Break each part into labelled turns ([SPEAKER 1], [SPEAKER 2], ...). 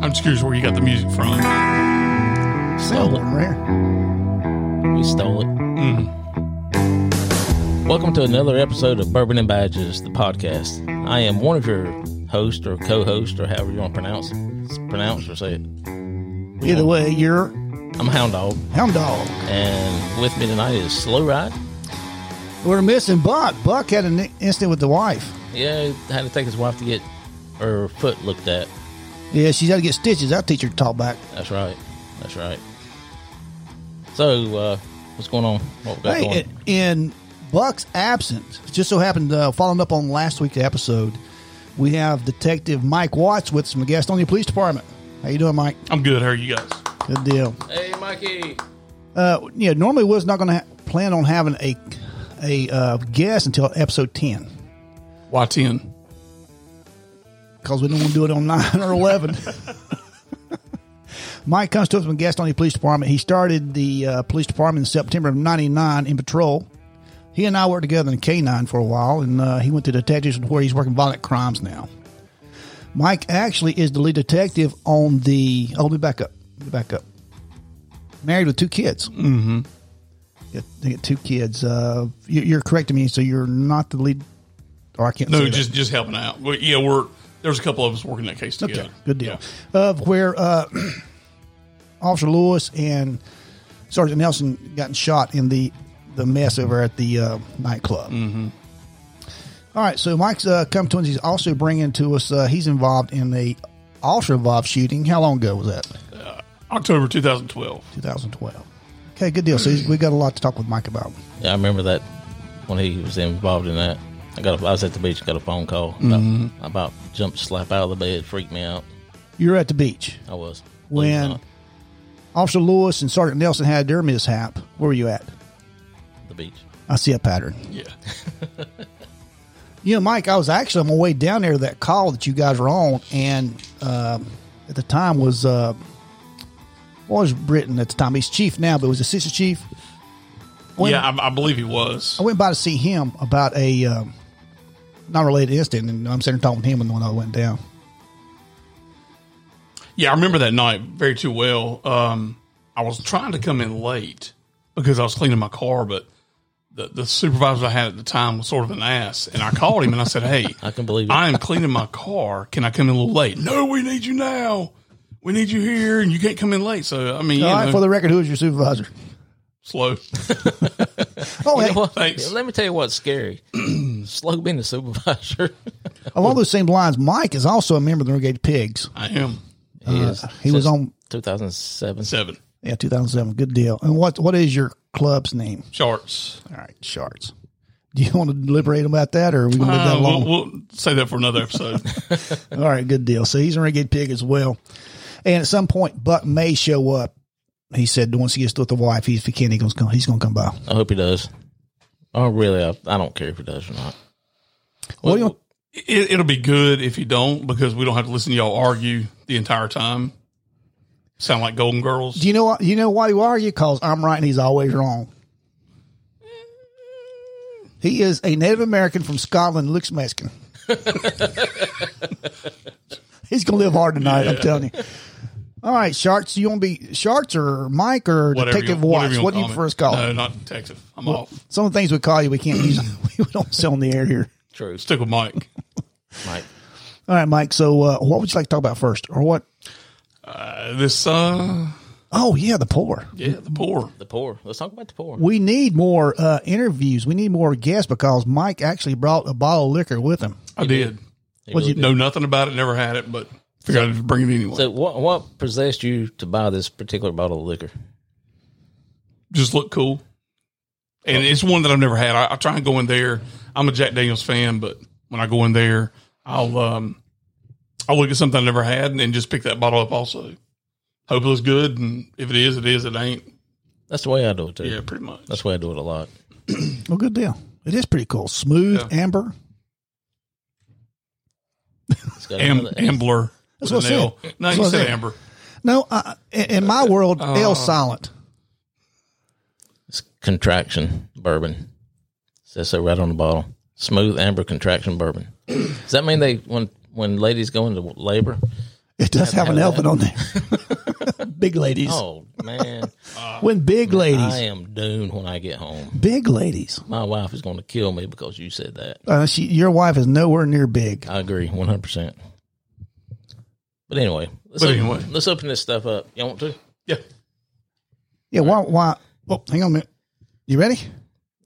[SPEAKER 1] I'm just curious where you got the music from.
[SPEAKER 2] Sample and rare.
[SPEAKER 3] We stole it. Welcome to another episode of Bourbon and Badges, the podcast. I am one of your hosts or co-hosts or however you want to pronounce it. Pronounce or say it.
[SPEAKER 2] Either way, you're
[SPEAKER 3] I'm Hound Dog,
[SPEAKER 2] hound dog.
[SPEAKER 3] and with me tonight is Slow Ride.
[SPEAKER 2] We're missing Buck. Buck had an incident with the wife.
[SPEAKER 3] Yeah, he had to take his wife to get her foot looked at.
[SPEAKER 2] Yeah, she's got to get stitches. I'll teach her to talk back.
[SPEAKER 3] That's right. That's right. So, uh, what's going on? What we got
[SPEAKER 2] Hey,
[SPEAKER 3] going?
[SPEAKER 2] in- in Buck's absence, it just so happened, uh, following up on last week's episode, we have Detective Mike Watts with some guests on the police department. How you doing, Mike?
[SPEAKER 1] I'm good. How are you guys?
[SPEAKER 2] Good deal.
[SPEAKER 3] hey, Mikey.
[SPEAKER 2] Uh, yeah, normally was not going to ha- plan on having a a uh, guest until episode ten
[SPEAKER 1] Why 10?
[SPEAKER 2] because we don't want to do it on nine or eleven. Mike comes to us from guest on the police department. He started the uh, police department in September of '99 in patrol. He and I worked together in K9 for a while, and uh, he went to detectives where he's working violent crimes now. Mike actually is the lead detective on the. Oh, let me back up. Let me back up. Married with two kids. Mm-hmm. Got, they got two kids. Uh, you, you're correcting me, so you're not the lead. Or I can't.
[SPEAKER 1] No,
[SPEAKER 2] say that.
[SPEAKER 1] just just helping out. Well, yeah, we're there's a couple of us working that case
[SPEAKER 2] Okay,
[SPEAKER 1] together.
[SPEAKER 2] good deal.
[SPEAKER 1] Yeah.
[SPEAKER 2] Of where uh, Officer Lewis and Sergeant Nelson gotten shot in the the mess over at the uh, nightclub. Mm-hmm. right, so Mike's uh, come to us. He's also bringing to us. Uh, he's involved in a also involved shooting. How long ago was that?
[SPEAKER 1] October 2012.
[SPEAKER 2] 2012. Okay, good deal. So he's, we got a lot to talk with Mike about.
[SPEAKER 3] Yeah, I remember that when he was involved in that. I got a, I was at the beach, got a phone call.
[SPEAKER 2] Mm-hmm.
[SPEAKER 3] I, I about jumped slap out of the bed, freaked me out.
[SPEAKER 2] You're at the beach
[SPEAKER 3] I was. Believe it or
[SPEAKER 2] when
[SPEAKER 3] not,
[SPEAKER 2] Officer Lewis and Sergeant Nelson had their mishap. Where were you at?
[SPEAKER 3] the beach.
[SPEAKER 2] I see a pattern.
[SPEAKER 1] Yeah.
[SPEAKER 2] You know, Mike, I was actually on my way down there to that call that you guys were on, and um at the time was uh, what was Britain at the time. He's chief now, but was assistant chief. I went,
[SPEAKER 1] yeah, I, I believe he was.
[SPEAKER 2] I went by to see him about a um, non-related incident, and I'm sitting there talking to him when I went down.
[SPEAKER 1] Yeah, I remember that night very too well. Um, I was trying to come in late because I was cleaning my car, but the, the supervisor I had at the time was sort of an ass, and I called him and I said, "Hey,
[SPEAKER 3] I can believe it.
[SPEAKER 1] I am cleaning my car. Can I come in a little late? No, we need you now. We need you here, and you can't come in late. So I mean, you
[SPEAKER 2] All right,
[SPEAKER 1] know,
[SPEAKER 2] for the record, who was your supervisor?
[SPEAKER 1] slow.
[SPEAKER 2] Oh, hey,
[SPEAKER 3] Well,
[SPEAKER 1] thanks.
[SPEAKER 3] Let me tell you what's scary. Slow being the supervisor.
[SPEAKER 2] along those same lines, Mike is also a member of the Renegade Pigs.
[SPEAKER 1] I am
[SPEAKER 3] He,
[SPEAKER 2] Uh,
[SPEAKER 3] is
[SPEAKER 2] he was
[SPEAKER 3] since
[SPEAKER 2] on
[SPEAKER 3] 2007.
[SPEAKER 1] seven
[SPEAKER 2] yeah 2007. Good deal. And what what is your club's name?
[SPEAKER 1] sharks.
[SPEAKER 2] All right, shards. Do you want to deliberate about that, or are we going to leave that
[SPEAKER 1] Uh,
[SPEAKER 2] alone?
[SPEAKER 1] we'll, we'll say that for another episode.
[SPEAKER 2] All right, good deal. So he's a renegade pig as well. And at some point, Buck may show up. He said once he gets through with the wife, he's, if he can, he's going to come. He's going to come by.
[SPEAKER 3] I hope he does. Oh, really? I, I don't care if he does or not.
[SPEAKER 2] What do you?
[SPEAKER 1] it, it'll be good if you don't because we don't have to listen to y'all argue the entire time. Sound like Golden Girls.
[SPEAKER 2] Do you know? what- You know why you argue? Because I'm right and he's always wrong. He is a Native American from Scotland. Looks Mexican. he's going to live hard tonight. I'm telling you. All right, Sharks. You want to be Sharks or Mike or
[SPEAKER 1] Whatever
[SPEAKER 2] Detective
[SPEAKER 1] you- whatever
[SPEAKER 2] Watts?
[SPEAKER 1] wanna
[SPEAKER 2] What do you
[SPEAKER 1] call Uh, me.
[SPEAKER 2] first call?
[SPEAKER 1] No,
[SPEAKER 2] it?
[SPEAKER 1] not detective. I'm off.
[SPEAKER 2] Some of the things we call you, we can't use. we don't sell on the air here.
[SPEAKER 3] True,
[SPEAKER 1] Stick with Mike.
[SPEAKER 3] Mike.
[SPEAKER 2] All right, Mike. So, uh, what would you like to talk about first, or what?
[SPEAKER 1] Uh, this, uh,
[SPEAKER 2] Oh, yeah, the poor.
[SPEAKER 1] yeah, the poor.
[SPEAKER 3] The poor. Let's talk about the poor.
[SPEAKER 2] We need more uh, interviews. We need more guests because Mike actually brought a bottle of liquor with him.
[SPEAKER 1] I did.
[SPEAKER 3] He
[SPEAKER 2] what'd
[SPEAKER 3] really
[SPEAKER 2] you
[SPEAKER 3] did.
[SPEAKER 1] Know nothing about it. Never had it, but figured I'd just bring it anyway.
[SPEAKER 3] So, what what possessed you to buy this particular bottle of liquor?
[SPEAKER 1] just look cool. And it's one that I've never had. I, I try and go in there. I'm a Jack Daniels fan, but when I go in there, I'll um, I'll look at something I never had and, and just pick that bottle up. Also, hope it looks good, and if it is, it is. It ain't.
[SPEAKER 3] That's the way I do it too.
[SPEAKER 1] Yeah, pretty much.
[SPEAKER 3] That's the way I do it a lot.
[SPEAKER 2] Well, good deal. It is pretty cool. Smooth amber.
[SPEAKER 3] It's got
[SPEAKER 1] Am-
[SPEAKER 3] another-
[SPEAKER 1] Ambler.
[SPEAKER 2] That's
[SPEAKER 1] with
[SPEAKER 2] what I
[SPEAKER 1] an L.
[SPEAKER 2] said.
[SPEAKER 1] No,
[SPEAKER 2] That's
[SPEAKER 1] you
[SPEAKER 2] what I
[SPEAKER 1] said
[SPEAKER 2] said.
[SPEAKER 1] amber.
[SPEAKER 2] No, uh, in in my world, L silent.
[SPEAKER 3] It's contraction bourbon. It says so right on the bottle. Smooth amber contraction bourbon. Does that mean they when when ladies go into labor,
[SPEAKER 2] It does have an elephant on there. big ladies.
[SPEAKER 3] Oh man,
[SPEAKER 2] When big
[SPEAKER 3] I
[SPEAKER 2] ladies,
[SPEAKER 3] am doomed when I get home.
[SPEAKER 2] big ladies.
[SPEAKER 3] My wife is going to kill me because you said that.
[SPEAKER 2] Uh, she, your wife is nowhere near big.
[SPEAKER 3] I agree, one hundred percent. But anyway, let's
[SPEAKER 1] But
[SPEAKER 3] open,
[SPEAKER 1] anyway.
[SPEAKER 3] let's open this stuff up. You want to?
[SPEAKER 1] Yeah.
[SPEAKER 2] Yeah, why? Why? Well, hang on a minute. You ready?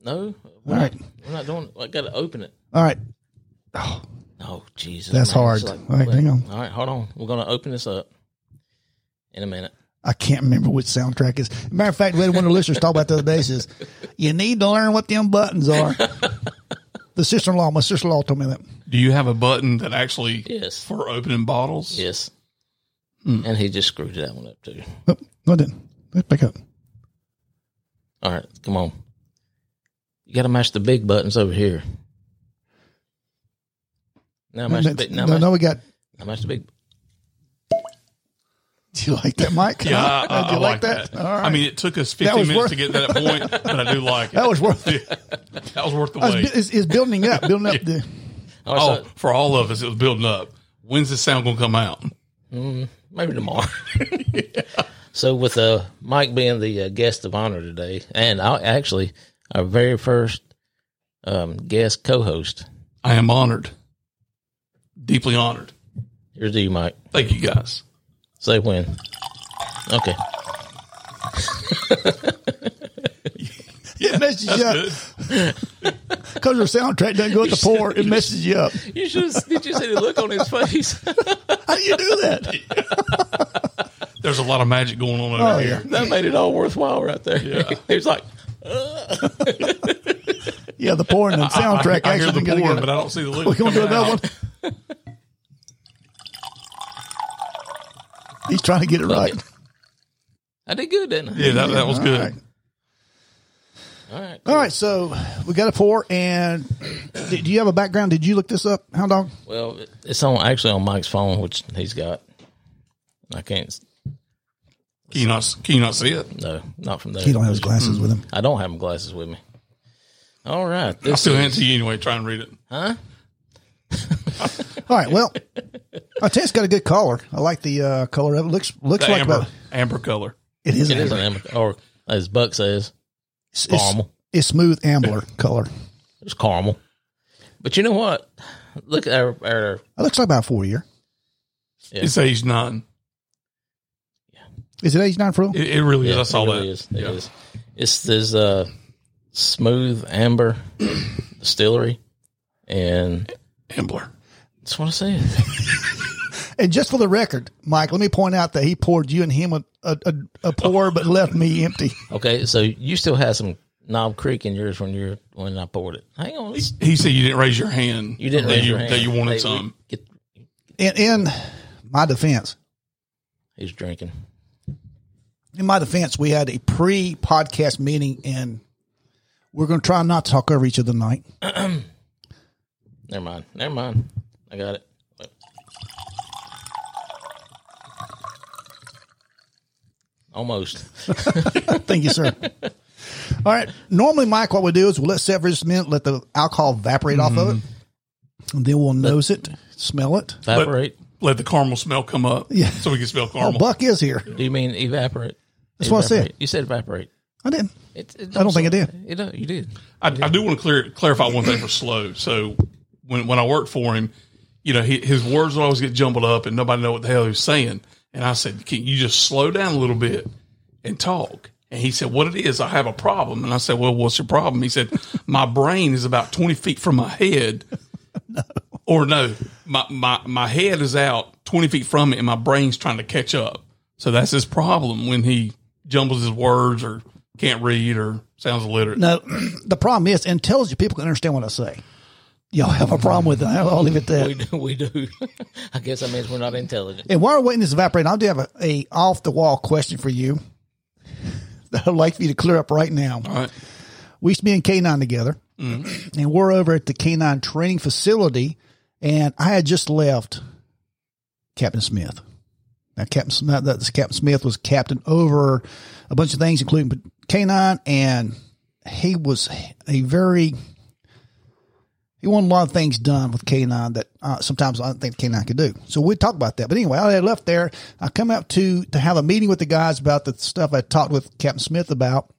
[SPEAKER 3] No, we're
[SPEAKER 2] All
[SPEAKER 3] not,
[SPEAKER 2] right.
[SPEAKER 3] we're not doing. I got to open it.
[SPEAKER 2] All right.
[SPEAKER 3] Oh Jesus,
[SPEAKER 2] That's
[SPEAKER 3] man. It's
[SPEAKER 2] hard. All right, hang on.
[SPEAKER 3] All right, hold on. We're going to open this up in a minute.
[SPEAKER 2] I can't remember which soundtrack is. Matter of fact, we had one of the listeners talk about the other day. Says you need to learn what them buttons are. the sister-in-law, my sister-in-law told me that.
[SPEAKER 1] Do you have a button that actually
[SPEAKER 3] Yes.
[SPEAKER 1] for opening bottles?
[SPEAKER 3] Yes. And he just screwed that one up too.
[SPEAKER 2] Oh, no, it didn't. Let's Back up.
[SPEAKER 3] All right, come on. You got to match the big buttons over here. Now match the big. Now,
[SPEAKER 2] No,
[SPEAKER 3] match,
[SPEAKER 2] no, we got.
[SPEAKER 3] now match the big.
[SPEAKER 2] Do you like that, Mike?
[SPEAKER 1] Yeah, I, I-
[SPEAKER 2] Do
[SPEAKER 1] I
[SPEAKER 2] you
[SPEAKER 1] like that.
[SPEAKER 2] All right.
[SPEAKER 1] I mean, it took us
[SPEAKER 2] That
[SPEAKER 1] 15
[SPEAKER 2] was
[SPEAKER 1] minutes
[SPEAKER 2] worth-
[SPEAKER 1] to get to that point, but I do like it.
[SPEAKER 2] that was worth. It.
[SPEAKER 1] That was worth the
[SPEAKER 2] I was,
[SPEAKER 1] wait.
[SPEAKER 2] bu- it's, it's building up, building up. the,
[SPEAKER 3] All right,
[SPEAKER 1] Oh,
[SPEAKER 3] so
[SPEAKER 1] for all of us, it was building up. When's this sound gonna come out?
[SPEAKER 3] maybe tomorrow. So with uh, Mike being the uh, guest of honor today, and I, actually our very first um, guest co-host.
[SPEAKER 1] I am honored, deeply honored.
[SPEAKER 3] Here's to you, Mike.
[SPEAKER 1] Thank you guys.
[SPEAKER 3] Say when. Okay.
[SPEAKER 2] it messes you up because your soundtrack doesn't go at the pour. It messes you up.
[SPEAKER 3] You should. Did you see the look on his face?
[SPEAKER 2] How do you do that?
[SPEAKER 1] There's a lot of magic going on over
[SPEAKER 2] Oh
[SPEAKER 1] here.
[SPEAKER 2] yeah,
[SPEAKER 3] that made it all worthwhile right there.
[SPEAKER 1] Yeah.
[SPEAKER 3] he was like,
[SPEAKER 2] yeah. The pour and the soundtrack
[SPEAKER 1] I, I hear
[SPEAKER 2] actually
[SPEAKER 1] the
[SPEAKER 2] go
[SPEAKER 1] pour,
[SPEAKER 2] together.
[SPEAKER 1] but I don't see the liquid.
[SPEAKER 2] We're going to do
[SPEAKER 1] coming
[SPEAKER 2] another one.
[SPEAKER 1] out.
[SPEAKER 2] He's trying to get it right.
[SPEAKER 3] "I did good, didn't I?"
[SPEAKER 1] Yeah, that, that was
[SPEAKER 2] All
[SPEAKER 1] good.
[SPEAKER 2] right.
[SPEAKER 3] All right.
[SPEAKER 2] All right, so we got a pour, and do do you have a background? Did you look this up, Hound Dog?
[SPEAKER 3] Well, it- it's on actually on Mike's phone, which he's got. I can't.
[SPEAKER 1] Can you not? Can you not see it?
[SPEAKER 3] No, not from there.
[SPEAKER 2] He don't have his glasses with him.
[SPEAKER 3] I don't have my glasses with me. All right.
[SPEAKER 1] I'll
[SPEAKER 3] This
[SPEAKER 1] still hand
[SPEAKER 3] is,
[SPEAKER 1] it to you anyway. Try and read it.
[SPEAKER 2] All right, well, our tent's got a good color. I like the uh, color of it. looks looks
[SPEAKER 1] The
[SPEAKER 2] like
[SPEAKER 1] amber,
[SPEAKER 2] about,
[SPEAKER 1] amber color.
[SPEAKER 2] it is
[SPEAKER 3] it is
[SPEAKER 2] amber.
[SPEAKER 3] an amateur, or as Buck says,
[SPEAKER 2] It's, it's,
[SPEAKER 3] caramel.
[SPEAKER 2] it's smooth ambler color.
[SPEAKER 3] It's caramel. But you know what? Look at our, our
[SPEAKER 2] It looks like about four year.
[SPEAKER 3] Yeah.
[SPEAKER 1] It's age nine. Is
[SPEAKER 2] it age nine for real?
[SPEAKER 1] It, it really is. I
[SPEAKER 3] it
[SPEAKER 1] saw
[SPEAKER 3] really
[SPEAKER 1] that.
[SPEAKER 3] is. It
[SPEAKER 1] Yeah.
[SPEAKER 3] is. It's this uh, smooth amber distillery, and
[SPEAKER 1] Ambler.
[SPEAKER 3] that's what I said.
[SPEAKER 2] And just for the record, Mike, let me point out that he poured you and him a, a, a, a pour, but left me empty.
[SPEAKER 3] Okay, so you still had some knob creek in yours when you're when I poured it. Hang on, it's-
[SPEAKER 1] He said you didn't raise your hand.
[SPEAKER 3] you didn't
[SPEAKER 1] that
[SPEAKER 3] raise
[SPEAKER 1] you,
[SPEAKER 3] your hand.
[SPEAKER 1] that you wanted
[SPEAKER 3] Hey, we-
[SPEAKER 1] some.
[SPEAKER 3] Get,
[SPEAKER 2] And in my defense,
[SPEAKER 3] he's drinking.
[SPEAKER 2] in my defense, we had a pre-podcast meeting, and we're going to try not to talk over each other tonight.
[SPEAKER 3] Never mind. Never mind. I got it. Almost.
[SPEAKER 2] Thank you, sir. All right. Normally, Mike, what we do is we'll let set for just a minute, let the alcohol evaporate off of it, and then we'll nose it, smell it.
[SPEAKER 3] Evaporate.
[SPEAKER 1] Let the caramel smell come up.
[SPEAKER 2] Yeah.
[SPEAKER 1] So we can smell
[SPEAKER 2] Oh,
[SPEAKER 1] caramel.
[SPEAKER 2] Buck is here.
[SPEAKER 3] Do you mean evaporate?
[SPEAKER 2] That's what I said.
[SPEAKER 3] Evaporate. You said evaporate.
[SPEAKER 2] I didn't.
[SPEAKER 3] It, it
[SPEAKER 2] I don't think I did.
[SPEAKER 3] It, don't- you did.
[SPEAKER 1] I, I do want to clear clarify one thing for Slow. So when when I worked for him, you know, he, his words would always get jumbled up and nobody know what the hell he was saying. And I said, "Can you just slow down a little bit and talk?" And he said, "What it is, I have a problem." And I said, "Well, what's your problem?" He said, "My brain is about twenty feet from my head." Or no, my, my my head is out twenty feet from it, and my brain's trying to catch up. So that's his problem when he jumbles his words or can't read or sounds illiterate.
[SPEAKER 2] No, the problem is intelligent people can understand what I say. Y'all have a problem with it. I'll leave it there.
[SPEAKER 3] We do. We do. I guess that means we're not intelligent.
[SPEAKER 2] And while we're waiting this evaporate, I do have a, a off the wall question for you that I'd like for you to clear up right now.
[SPEAKER 1] All right.
[SPEAKER 2] We used to be in K9 together, and we're over at the K9 training facility, and I had just left Captain Smith. Now, Captain Smith, that's Captain Smith was captain over a bunch of things, including K9, and he was a very He wanted a lot of things done with K9 that uh, sometimes I don't think K9 could do. So we talk about that. But anyway, I had left there. I come up to, to have a meeting with the guys about the stuff I talked with Captain Smith about.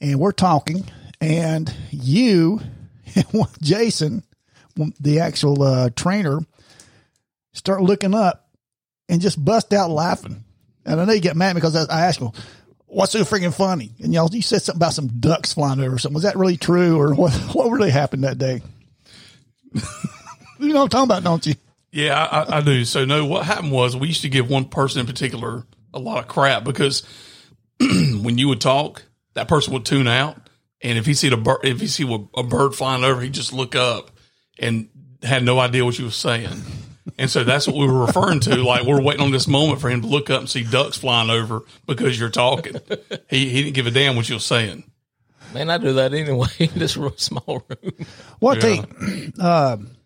[SPEAKER 2] And we're talking. And you, Jason, the actual uh, trainer, start looking up and just bust out laughing. And I know you get mad because I, I asked him, "What's so freaking funny?" And y'all, you said something about some ducks flying over or something. Was that really true, or what? What really happened that day? you know what I'm talking about, don't you?
[SPEAKER 1] Yeah, I, I- I do. So no, what happened was we used to give one person in particular a lot of crap because when you would talk, that person would tune out, and if he see a bird, if he see a- a bird flying over, he'd just look up and had no idea what you were saying. And so that's what we were referring to. Like we're waiting on this moment for him to look up and see ducks flying over because you're talking. He he didn't give a damn what you were saying.
[SPEAKER 3] Man, I do that anyway in this real small room.
[SPEAKER 2] Well, I tell you, um,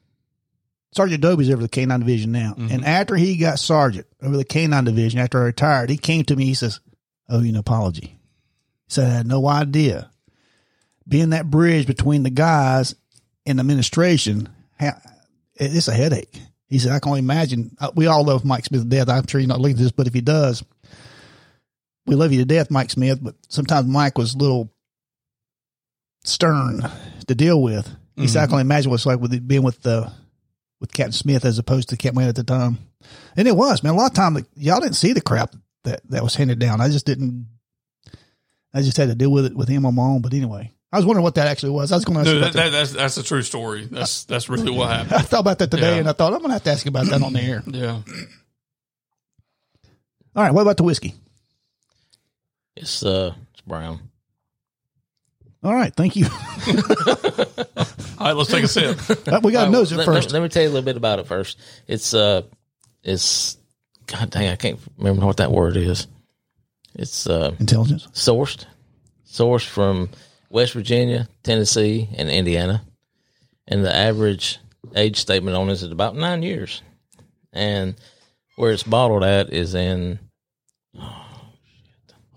[SPEAKER 2] Sergeant Dobie's over the K9 division now. And after he got Sergeant over the K9 division, after I retired, he came to me. He says, Oh, you an apology. He said, I had no idea. Being that bridge between the guys and the administration, ha- it- it's a headache. He said, I can only imagine. uh, We all love Mike Smith to death. I'm sure he's not listening to this, but if he does, we love you to death, Mike Smith. But sometimes Mike was a little stern to deal with. He said,
[SPEAKER 1] Mm-hmm.
[SPEAKER 2] I can only imagine what it's like with it being with the with Captain Smith as opposed to Captain Wayne at the time. And it was, man. A lot of time like, y'all didn't see the crap that that was handed down. I just didn't. I just had to deal with it with him on my own. But anyway, I was wondering what that actually was. I was going to ask you
[SPEAKER 1] No,
[SPEAKER 2] about
[SPEAKER 1] that, that, that's that's a true story. That's that's really what happened.
[SPEAKER 2] I thought about that today,
[SPEAKER 1] Yeah.
[SPEAKER 2] and I thought I'm going to have to ask you about that on the air.
[SPEAKER 1] Yeah.
[SPEAKER 2] All right, what about the whiskey?
[SPEAKER 3] It's uh, it's brown.
[SPEAKER 2] All right, thank you.
[SPEAKER 1] All right, let's take a sip.
[SPEAKER 2] Uh, we got to
[SPEAKER 3] Uh,
[SPEAKER 2] nose it
[SPEAKER 3] let,
[SPEAKER 2] first.
[SPEAKER 3] Let, let me tell you a little bit about it first. It's uh, it's God dang, I can't remember what that word is. It's uh,
[SPEAKER 2] Intelligence.
[SPEAKER 3] sourced, sourced from West Virginia, Tennessee, and Indiana, and the average age statement on this is about nine years, and where it's bottled at is in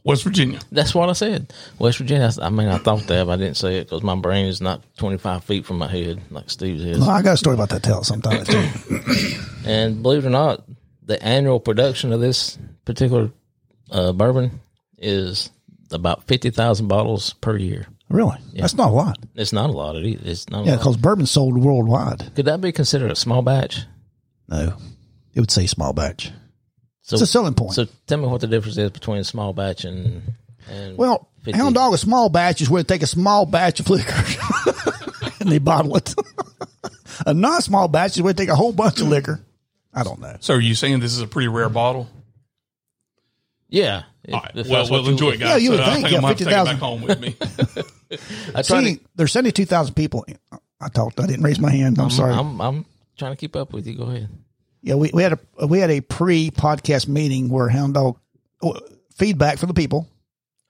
[SPEAKER 1] West Virginia.
[SPEAKER 3] That's what I said. West Virginia. I, I mean, I thought that, but I didn't say it because my brain is not 25 feet from my head like Steve's is.
[SPEAKER 2] Well, I got a story about that tell sometime. too.
[SPEAKER 3] And believe it or not, the annual production of this particular uh, bourbon is about 50,000 bottles per year.
[SPEAKER 2] really? That's not a lot.
[SPEAKER 3] It's not a lot. It is. It's not a
[SPEAKER 2] Yeah,
[SPEAKER 3] lot.
[SPEAKER 2] because bourbon sold worldwide.
[SPEAKER 3] Could that be considered a small batch?
[SPEAKER 2] No, it would say small batch.
[SPEAKER 3] So,
[SPEAKER 2] It's a selling point.
[SPEAKER 3] so tell me what the difference is between small batch and. and
[SPEAKER 2] well,
[SPEAKER 3] 50.
[SPEAKER 2] Hound Dog, a small batch is where they take a small batch of liquor and they bottle it. a non small batch is where they take a whole bunch of liquor. I don't know.
[SPEAKER 1] So are you saying this is a pretty rare bottle?
[SPEAKER 3] Yeah.
[SPEAKER 1] All right.
[SPEAKER 3] If- if
[SPEAKER 1] Well,
[SPEAKER 3] that's what
[SPEAKER 1] we'll enjoy it, guys.
[SPEAKER 2] Yeah, you would
[SPEAKER 1] I
[SPEAKER 2] think,
[SPEAKER 1] I'm
[SPEAKER 2] yeah,
[SPEAKER 1] gonna have to take it
[SPEAKER 2] 50,000.
[SPEAKER 1] back home with me.
[SPEAKER 3] I tried
[SPEAKER 2] See,
[SPEAKER 3] to,
[SPEAKER 2] there's 72,000 people. I talked. I didn't raise my hand. I'm, sorry.
[SPEAKER 3] I'm, I'm trying to keep up with you. Go ahead.
[SPEAKER 2] Yeah, we, we had a we had a pre podcast meeting where Hound Dog oh, feedback from the people.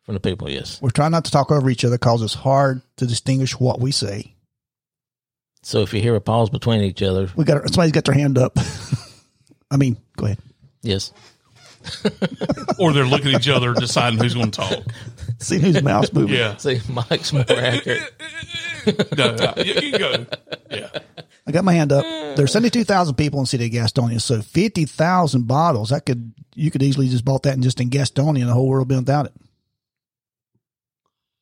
[SPEAKER 3] From the people, yes.
[SPEAKER 2] We're trying not to talk over each other because it's hard to distinguish what we say.
[SPEAKER 3] So if you hear a pause between each other,
[SPEAKER 2] We got somebody's got their hand up. I mean, go ahead.
[SPEAKER 3] yes.
[SPEAKER 1] or they're looking at each other, deciding who's going to talk.
[SPEAKER 2] See whose mouth's moving.
[SPEAKER 1] Yeah.
[SPEAKER 3] See, Mike's more accurate.
[SPEAKER 1] No, no, you, you go. Yeah.
[SPEAKER 2] I got my hand up. There's 72,000 people in the city of Gastonia, so 50,000 bottles. That could you could easily just bought that in just in Gastonia, and the whole world been without it.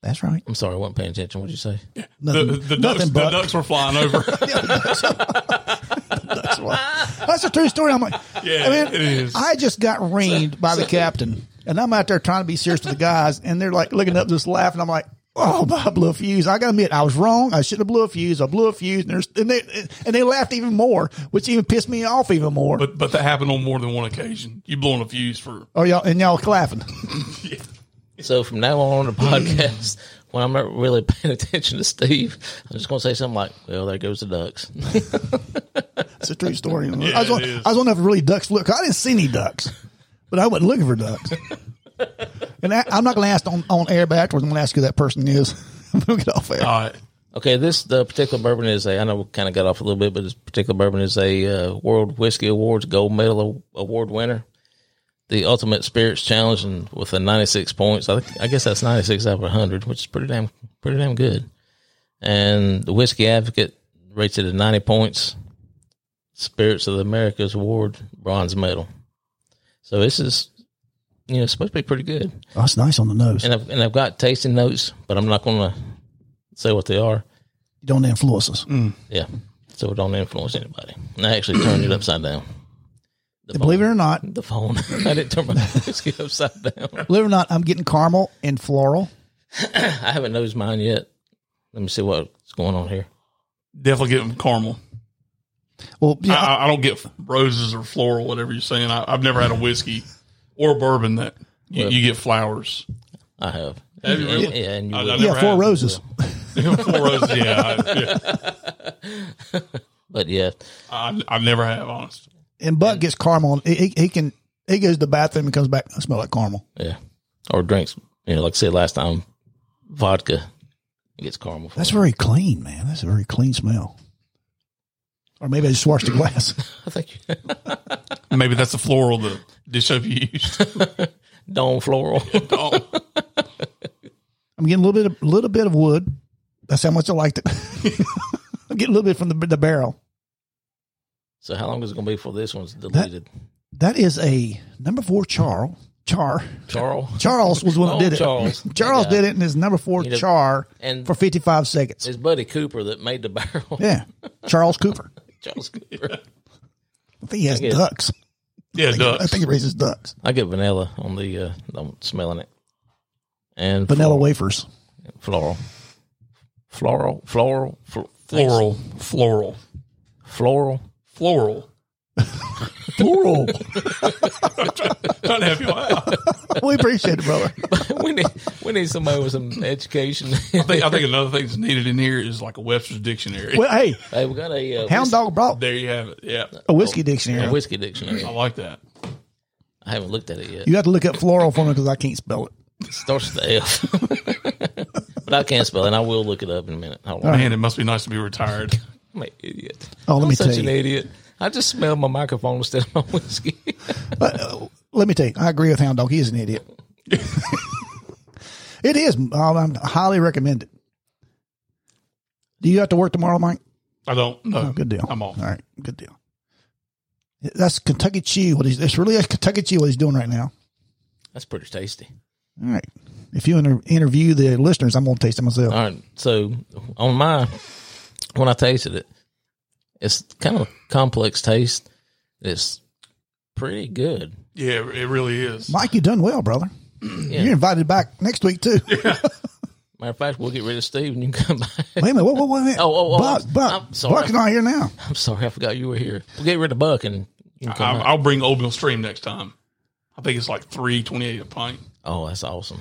[SPEAKER 2] That's right.
[SPEAKER 3] I'm sorry, I wasn't paying attention. What'd you say?
[SPEAKER 1] The,
[SPEAKER 2] Nothing,
[SPEAKER 1] the, ducks,
[SPEAKER 2] nothing
[SPEAKER 1] the
[SPEAKER 2] but.
[SPEAKER 1] ducks were flying over.
[SPEAKER 2] That's why. That's a true story. I'm like,
[SPEAKER 1] Yeah,
[SPEAKER 2] I mean,
[SPEAKER 1] it is.
[SPEAKER 2] I just got reamed by the captain, and I'm out there trying to be serious to the guys, and they're like looking up, just laughing. I'm like, oh, but I blew a fuse. I got to admit, I was wrong. I should have blew a fuse. I blew a fuse, and, there's, and they and they laughed even more, which even pissed me off even more.
[SPEAKER 1] But but that happened on more than one occasion. You blowing a fuse for.
[SPEAKER 2] oh, y'all and y'all laughing.
[SPEAKER 3] So from now on on the podcast, when I'm not really paying attention to Steve, I'm just going to say something like, well, there goes the ducks.
[SPEAKER 2] It's a true story.
[SPEAKER 1] Yeah,
[SPEAKER 2] I was
[SPEAKER 1] it
[SPEAKER 2] on,
[SPEAKER 1] is.
[SPEAKER 2] I was on enough really ducks look. I didn't see any ducks, but I wasn't looking for ducks. and I, I'm not going to ask on, on air, but afterwards I'm going to ask who that person is. we'll get off air.
[SPEAKER 1] All right.
[SPEAKER 3] okay, this the particular bourbon is a, I know we kind of got off a little bit, but this particular bourbon is a uh, World Whiskey Awards Gold Medal A- Award winner. The Ultimate Spirits Challenge and with a 96 points. I, think, I guess that's 96 out of 100, which is pretty damn pretty damn good. And the Whiskey Advocate rates it at 90 points. Spirits of the Americas Award bronze medal. So this is, you know, supposed to be pretty good.
[SPEAKER 2] Oh, that's nice on the nose.
[SPEAKER 3] And I've and I've got tasting notes, but I'm not going to say what they are.
[SPEAKER 2] You don't influence us.
[SPEAKER 3] Yeah, so it don't influence anybody. And I actually turned it upside down. The
[SPEAKER 2] Believe it or not,
[SPEAKER 3] the phone. I didn't turn my whiskey upside down.
[SPEAKER 2] believe it or not, I'm getting caramel and floral.
[SPEAKER 3] I haven't nosed mine yet. Let me see what's going on here.
[SPEAKER 1] Definitely getting caramel.
[SPEAKER 2] Well, yeah,
[SPEAKER 1] I, I don't get roses or floral, whatever you're saying. I, I've never had a whiskey or bourbon that you, you get flowers.
[SPEAKER 3] I have.
[SPEAKER 1] Have you really?
[SPEAKER 3] Yeah, and you
[SPEAKER 1] I- I
[SPEAKER 3] will.
[SPEAKER 1] never
[SPEAKER 2] yeah, four
[SPEAKER 1] had-
[SPEAKER 2] roses.
[SPEAKER 1] four roses. Yeah, I, yeah.
[SPEAKER 3] but yeah,
[SPEAKER 1] I, I never have. Honestly,
[SPEAKER 2] And Buck gets caramel. He, he, he can. He goes to the bathroom and comes back. I smell like caramel.
[SPEAKER 3] yeah, or drinks. You know, like I said last time, vodka It gets caramel.
[SPEAKER 2] That's
[SPEAKER 3] That's
[SPEAKER 2] very clean, man. That's a very clean smell. Or maybe I just washed the glass.
[SPEAKER 3] I think
[SPEAKER 1] maybe that's the floral the dish soap you used.
[SPEAKER 3] Dawn floral.
[SPEAKER 1] Oh,
[SPEAKER 2] I'm getting a little bit, of, little bit of wood. That's how much I liked it. I'm getting a little bit from the, the barrel.
[SPEAKER 3] so how long is it going to be before this one's deleted?
[SPEAKER 2] That is a number four char. Char
[SPEAKER 3] Charles.
[SPEAKER 2] Charles was the one that
[SPEAKER 3] Oh,
[SPEAKER 2] did it.
[SPEAKER 3] Charles.
[SPEAKER 2] Charles
[SPEAKER 3] Yeah.
[SPEAKER 2] did it in his number four
[SPEAKER 3] You know,
[SPEAKER 2] char
[SPEAKER 3] and-
[SPEAKER 2] for 55 seconds.
[SPEAKER 3] His buddy Cooper that made the barrel.
[SPEAKER 2] Yeah, Charles Cooper.
[SPEAKER 3] Charles Cooper.
[SPEAKER 2] I think he has
[SPEAKER 3] Yeah.
[SPEAKER 2] ducks.
[SPEAKER 1] yeah, it
[SPEAKER 2] I
[SPEAKER 1] does.
[SPEAKER 2] think he raises ducks.
[SPEAKER 3] I get vanilla on the. uh I'm smelling it. And
[SPEAKER 2] Vanilla wafers.
[SPEAKER 3] floral, floral, floral, floral,
[SPEAKER 1] Floral, floral,
[SPEAKER 3] floral.
[SPEAKER 1] floral.
[SPEAKER 2] Plural.
[SPEAKER 1] Trying to help you out.
[SPEAKER 2] we appreciate it, brother.
[SPEAKER 3] we need we need somebody with some education.
[SPEAKER 1] I think, I think another thing that's needed in here is like a Webster's dictionary.
[SPEAKER 2] Well, hey,
[SPEAKER 3] hey, we got a uh,
[SPEAKER 2] Hound
[SPEAKER 3] whis-
[SPEAKER 2] Dog brought
[SPEAKER 1] There you have it. Yeah,
[SPEAKER 2] a whiskey
[SPEAKER 3] a
[SPEAKER 2] dictionary.
[SPEAKER 3] whiskey dictionary.
[SPEAKER 1] I like that.
[SPEAKER 3] I haven't looked at it yet.
[SPEAKER 2] You have to look up floral for me because I can't spell it.
[SPEAKER 3] It starts with the F, but I can't spell it. and I will look it up in a minute. Hold on,
[SPEAKER 1] Man, it must be nice to be retired.
[SPEAKER 3] I'm an idiot.
[SPEAKER 2] Oh, let
[SPEAKER 3] I'm
[SPEAKER 2] me
[SPEAKER 3] such
[SPEAKER 2] tell
[SPEAKER 3] an
[SPEAKER 2] you.
[SPEAKER 3] idiot. I just smelled my microphone instead of my whiskey.
[SPEAKER 2] But uh, let me tell you, I agree with Hound Dog. He is an idiot. it is. um, I'm highly recommend it. Do you have to work tomorrow, Mike?
[SPEAKER 1] I don't know.
[SPEAKER 2] Oh, good deal.
[SPEAKER 1] I'm off.
[SPEAKER 2] All right, good deal. That's Kentucky Chew. What he's it's really a Kentucky Chew. What he's doing right now.
[SPEAKER 3] That's pretty tasty.
[SPEAKER 2] All right. If you inter- interview the listeners, I'm gonna taste it myself.
[SPEAKER 3] All right. So on my when I tasted it, it's kind of a complex taste. It's pretty good.
[SPEAKER 1] Yeah, it really is.
[SPEAKER 2] Mike, you done well, brother. You're invited back next week too.
[SPEAKER 3] Matter of fact, we'll get rid of Steve and you can come back.
[SPEAKER 2] Wait a minute. Whoa, whoa, whoa, wait.
[SPEAKER 3] Oh, oh, oh,
[SPEAKER 2] Buck,
[SPEAKER 3] I'm-
[SPEAKER 2] Buck,
[SPEAKER 3] I'm sorry.
[SPEAKER 2] Buck and I are here now.
[SPEAKER 3] I'm sorry, I forgot you were here. We'll get rid of Buck and you can come
[SPEAKER 1] I,
[SPEAKER 3] back.
[SPEAKER 1] I'll bring Old Mill Stream next time. I think it's like three twenty-eight a pint.
[SPEAKER 3] Oh, that's awesome.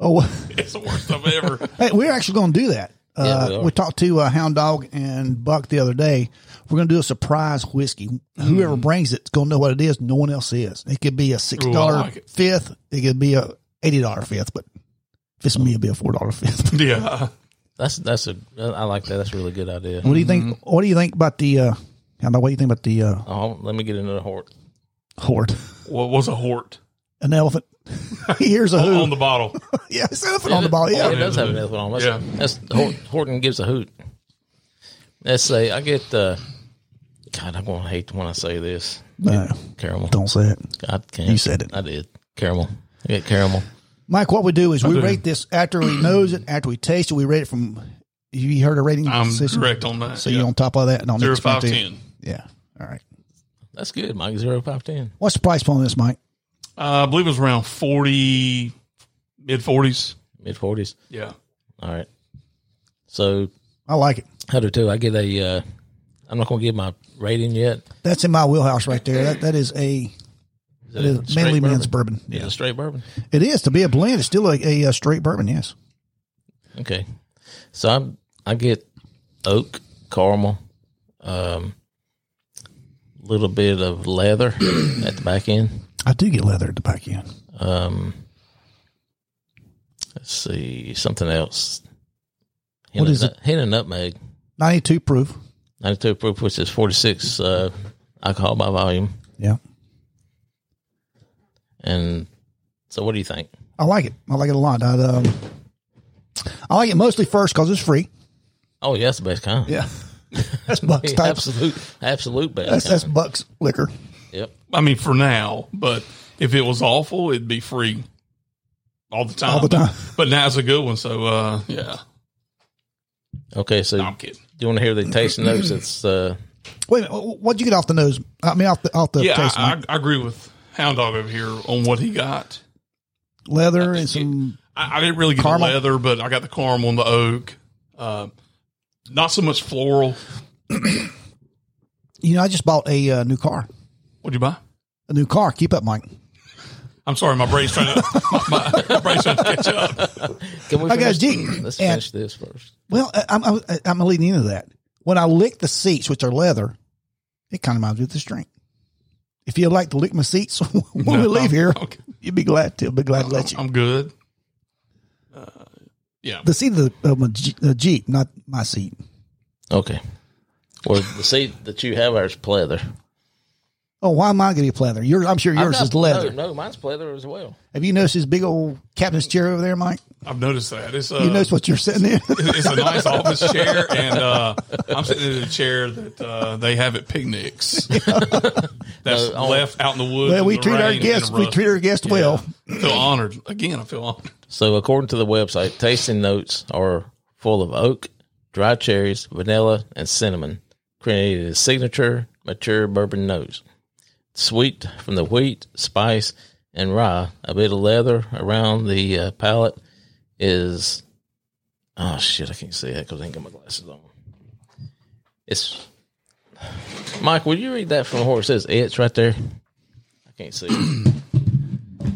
[SPEAKER 2] Oh, well,
[SPEAKER 1] It's the worst I've ever.
[SPEAKER 2] hey, we're actually going to do that. Uh,
[SPEAKER 3] Yeah, we
[SPEAKER 2] we,
[SPEAKER 3] are.
[SPEAKER 2] talked to uh, Hound Dog and Buck the other day. We're going to do a surprise whiskey.
[SPEAKER 3] Mm.
[SPEAKER 2] Whoever brings it's going to know what it is. No one else is. It could be a six dollar
[SPEAKER 1] like it.
[SPEAKER 2] fifth. It could be a eighty dollar fifth. But if it's me, it'll be a four dollar fifth.
[SPEAKER 1] Yeah,
[SPEAKER 3] That's that's a I like that. That's a really good idea.
[SPEAKER 2] what do you
[SPEAKER 3] Mm.
[SPEAKER 2] think? What do you think about the? Uh, Hound Dog, what do you think about the uh,
[SPEAKER 3] Oh, let me get another hort.
[SPEAKER 2] horde?
[SPEAKER 1] what was a hort
[SPEAKER 2] An elephant. he hears a
[SPEAKER 1] on
[SPEAKER 2] hoot.
[SPEAKER 1] the bottle?
[SPEAKER 2] Yeah, it's an elephant on the ball.
[SPEAKER 3] Oh, it
[SPEAKER 2] Yeah.
[SPEAKER 3] does have an elephant on. That's,
[SPEAKER 1] Yeah.
[SPEAKER 3] that's Hort, Horton gives a hoot. Let's say I get uh, God. I'm gonna hate when I say this.
[SPEAKER 2] No,
[SPEAKER 3] Caramel.
[SPEAKER 2] don't say it.
[SPEAKER 3] I can't.
[SPEAKER 2] You said it.
[SPEAKER 3] I did. Caramel. I got caramel.
[SPEAKER 2] Mike, what we do is we rate this after we nose it, after we taste it. We rate it from. You heard a rating
[SPEAKER 1] I'm
[SPEAKER 2] system?
[SPEAKER 1] correct on that.
[SPEAKER 2] So
[SPEAKER 1] yeah.
[SPEAKER 2] you on top of that? And on
[SPEAKER 1] zero
[SPEAKER 2] next one
[SPEAKER 1] five
[SPEAKER 2] too?
[SPEAKER 1] ten.
[SPEAKER 2] Yeah. All right.
[SPEAKER 3] That's good, Mike. Zero five ten.
[SPEAKER 2] What's the price point on this, Mike?
[SPEAKER 1] Uh, I believe it was around forty, mid forties.
[SPEAKER 3] Mid forties.
[SPEAKER 1] Yeah,
[SPEAKER 3] All right. So
[SPEAKER 2] I like it.
[SPEAKER 3] I do too. I get a. Uh, I'm not gonna give my rating yet.
[SPEAKER 2] That's in my wheelhouse right there. That that is a that
[SPEAKER 3] it
[SPEAKER 2] is
[SPEAKER 3] straight
[SPEAKER 2] mainly
[SPEAKER 3] bourbon?
[SPEAKER 2] men's bourbon.
[SPEAKER 3] Is it straight bourbon?
[SPEAKER 2] It is to be a blend. It's still a, a, uh straight bourbon. Yes.
[SPEAKER 3] Okay. So I'm I get oak, caramel, um little bit of leather at the back end.
[SPEAKER 2] I do get leather at the back end.
[SPEAKER 3] Um let's see, something else. Hen
[SPEAKER 2] What
[SPEAKER 3] and
[SPEAKER 2] is
[SPEAKER 3] nut- Hen and nutmeg.
[SPEAKER 2] Ninety-two proof.
[SPEAKER 3] Ninety two proof, which is forty six uh alcohol by volume.
[SPEAKER 2] Yeah.
[SPEAKER 3] And so what do you think?
[SPEAKER 2] I like it. I like it a lot. I, um, I like it mostly first because it's free.
[SPEAKER 3] Oh yeah, that's the best kind.
[SPEAKER 2] Yeah. That's Buck's
[SPEAKER 3] Yeah,
[SPEAKER 2] type.
[SPEAKER 3] absolute, absolute bad.
[SPEAKER 2] That's, that's
[SPEAKER 3] kind.
[SPEAKER 2] Buck's liquor.
[SPEAKER 3] yep.
[SPEAKER 1] I mean, for now, but if it was awful, it'd be free all the time.
[SPEAKER 2] All the time.
[SPEAKER 1] But now it's a good one. So, uh, yeah,
[SPEAKER 3] Okay, so
[SPEAKER 1] I'm kidding.
[SPEAKER 3] you want to hear the tasting notes? It's uh,
[SPEAKER 2] Wait, a minute, wh- what'd you get off the nose? I mean, off the off the
[SPEAKER 1] Yeah,
[SPEAKER 2] taste.
[SPEAKER 1] I,
[SPEAKER 2] Mike?
[SPEAKER 1] I, I agree with Hound Dog over here on what he got.
[SPEAKER 2] Leather and some.
[SPEAKER 1] I, I didn't really get the
[SPEAKER 2] Caramel?
[SPEAKER 1] leather, but I got the caramel and the oak. Uh, not so much floral.
[SPEAKER 2] You know, I just bought a uh, new car.
[SPEAKER 1] What'd you buy?
[SPEAKER 2] A new car. Keep up, Mike.
[SPEAKER 1] I'm sorry, my brain's trying to my, my, my brain's trying to catch up.
[SPEAKER 3] can we?
[SPEAKER 2] I got a
[SPEAKER 3] finish-
[SPEAKER 2] Jeep.
[SPEAKER 3] Let's
[SPEAKER 2] And-
[SPEAKER 3] finish this first.
[SPEAKER 2] Well, I- I'm, I'm, I'm leading into that. When I lick the seats, which are leather, it kind of reminds me of this drink. If you'd like to lick my seats when we
[SPEAKER 1] No,
[SPEAKER 2] leave here,
[SPEAKER 1] okay.
[SPEAKER 2] you'd be glad to. I'd be glad to let you.
[SPEAKER 1] I'm good. Uh, yeah,
[SPEAKER 2] The seat of the, of my Jeep- the Jeep, not my seat.
[SPEAKER 3] Okay. Well, the seat that you have ours pleather.
[SPEAKER 2] Oh, why am I going to be leather? Your, I'm sure yours
[SPEAKER 3] I've
[SPEAKER 2] is
[SPEAKER 3] got-
[SPEAKER 2] leather.
[SPEAKER 3] No, no, mine's pleather as well.
[SPEAKER 2] Have you noticed his big old captain's chair over there, Mike?
[SPEAKER 1] I've noticed that. It's uh,
[SPEAKER 2] You notice what you're sitting in?
[SPEAKER 1] it's a nice office chair, and uh, I'm sitting in a chair that uh, they have at picnics. That's
[SPEAKER 3] No, oh.
[SPEAKER 1] left out in the woods.
[SPEAKER 2] well,
[SPEAKER 1] in
[SPEAKER 2] we
[SPEAKER 1] the
[SPEAKER 2] treat our
[SPEAKER 1] rain and in the
[SPEAKER 2] guests. We
[SPEAKER 1] rough.
[SPEAKER 2] treat our guests well.
[SPEAKER 1] I feel honored again. I feel honored.
[SPEAKER 3] So, according to the website, tasting notes are full of oak, dry cherries, vanilla, and cinnamon, creating a signature mature bourbon nose. Sweet from the wheat, spice, and rye. A bit of leather around the uh, palate is. Oh shit! I can't see that because I ain't got my glasses on. It's Mike. Would you read that from where it says it's right there? I can't see. it.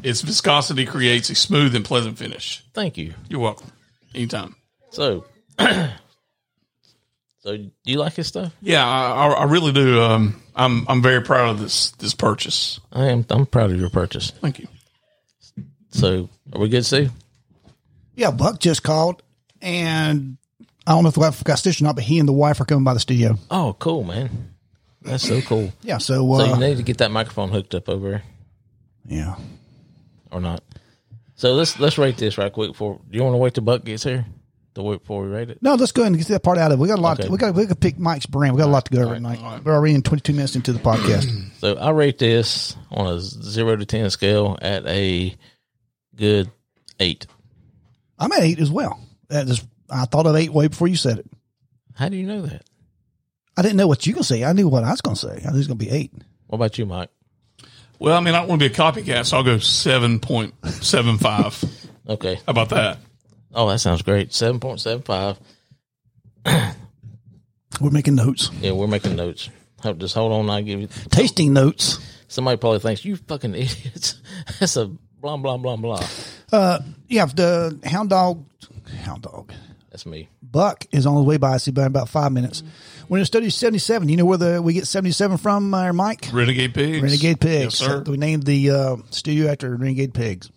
[SPEAKER 1] Its viscosity creates a smooth and pleasant finish.
[SPEAKER 3] Thank you.
[SPEAKER 1] You're welcome. Anytime.
[SPEAKER 3] So, so do you like his stuff?
[SPEAKER 1] Yeah, I, I I really do. Um, I'm I'm very proud of this this purchase.
[SPEAKER 3] I am. I'm proud of your purchase.
[SPEAKER 1] Thank you.
[SPEAKER 3] So, are we good, Steve?
[SPEAKER 2] Yeah, Buck just called, and I don't know if the wife got stitched or not, but he and the wife are coming by the studio.
[SPEAKER 3] Oh, cool, man. That's so cool.
[SPEAKER 2] Yeah, so,
[SPEAKER 3] So
[SPEAKER 2] uh,
[SPEAKER 3] you need to get that microphone hooked up over here
[SPEAKER 2] yeah.
[SPEAKER 3] or not? So let's let's rate this right quick. Before do you want to wait till Buck gets here to wait before we rate it?
[SPEAKER 2] No, let's go ahead and get that part out of it. We got a lot.
[SPEAKER 3] Okay.
[SPEAKER 2] To, we got we got to pick Mike's brain. We got a lot to go over tonight. We're already in 22 minutes into the podcast.
[SPEAKER 3] So I rate this on a zero to ten scale at a good eight.
[SPEAKER 2] I'm at eight as well. That is, I thought of eight way before you said it.
[SPEAKER 3] How do you know that?
[SPEAKER 2] I didn't know what you gonna say. I knew what I was gonna say. I knew it was gonna be eight.
[SPEAKER 3] What about you, Mike?
[SPEAKER 1] Well, I mean, I don't want to be a copycat, so I'll go seven point seven five. How
[SPEAKER 3] Okay.
[SPEAKER 1] about that?
[SPEAKER 3] Oh, that sounds great. Seven point seven five.
[SPEAKER 2] We're making notes,
[SPEAKER 3] Yeah, we're making notes. Ho- Just hold on. I give you.
[SPEAKER 2] tasting notes.
[SPEAKER 3] Somebody probably thinks you fucking idiots. That's a blah blah blah blah.
[SPEAKER 2] Yeah, if the hound dog, hound dog,
[SPEAKER 3] That's me.
[SPEAKER 2] Buck is on his way by. I see by in about five minutes.
[SPEAKER 1] Mm-hmm.
[SPEAKER 2] We're in Studio 77. You know where the we get 77 from, uh, Mike?
[SPEAKER 1] Renegade pigs.
[SPEAKER 2] Renegade Pigs.
[SPEAKER 1] Yes, sir.
[SPEAKER 2] So we named the uh, studio after Renegade Pigs.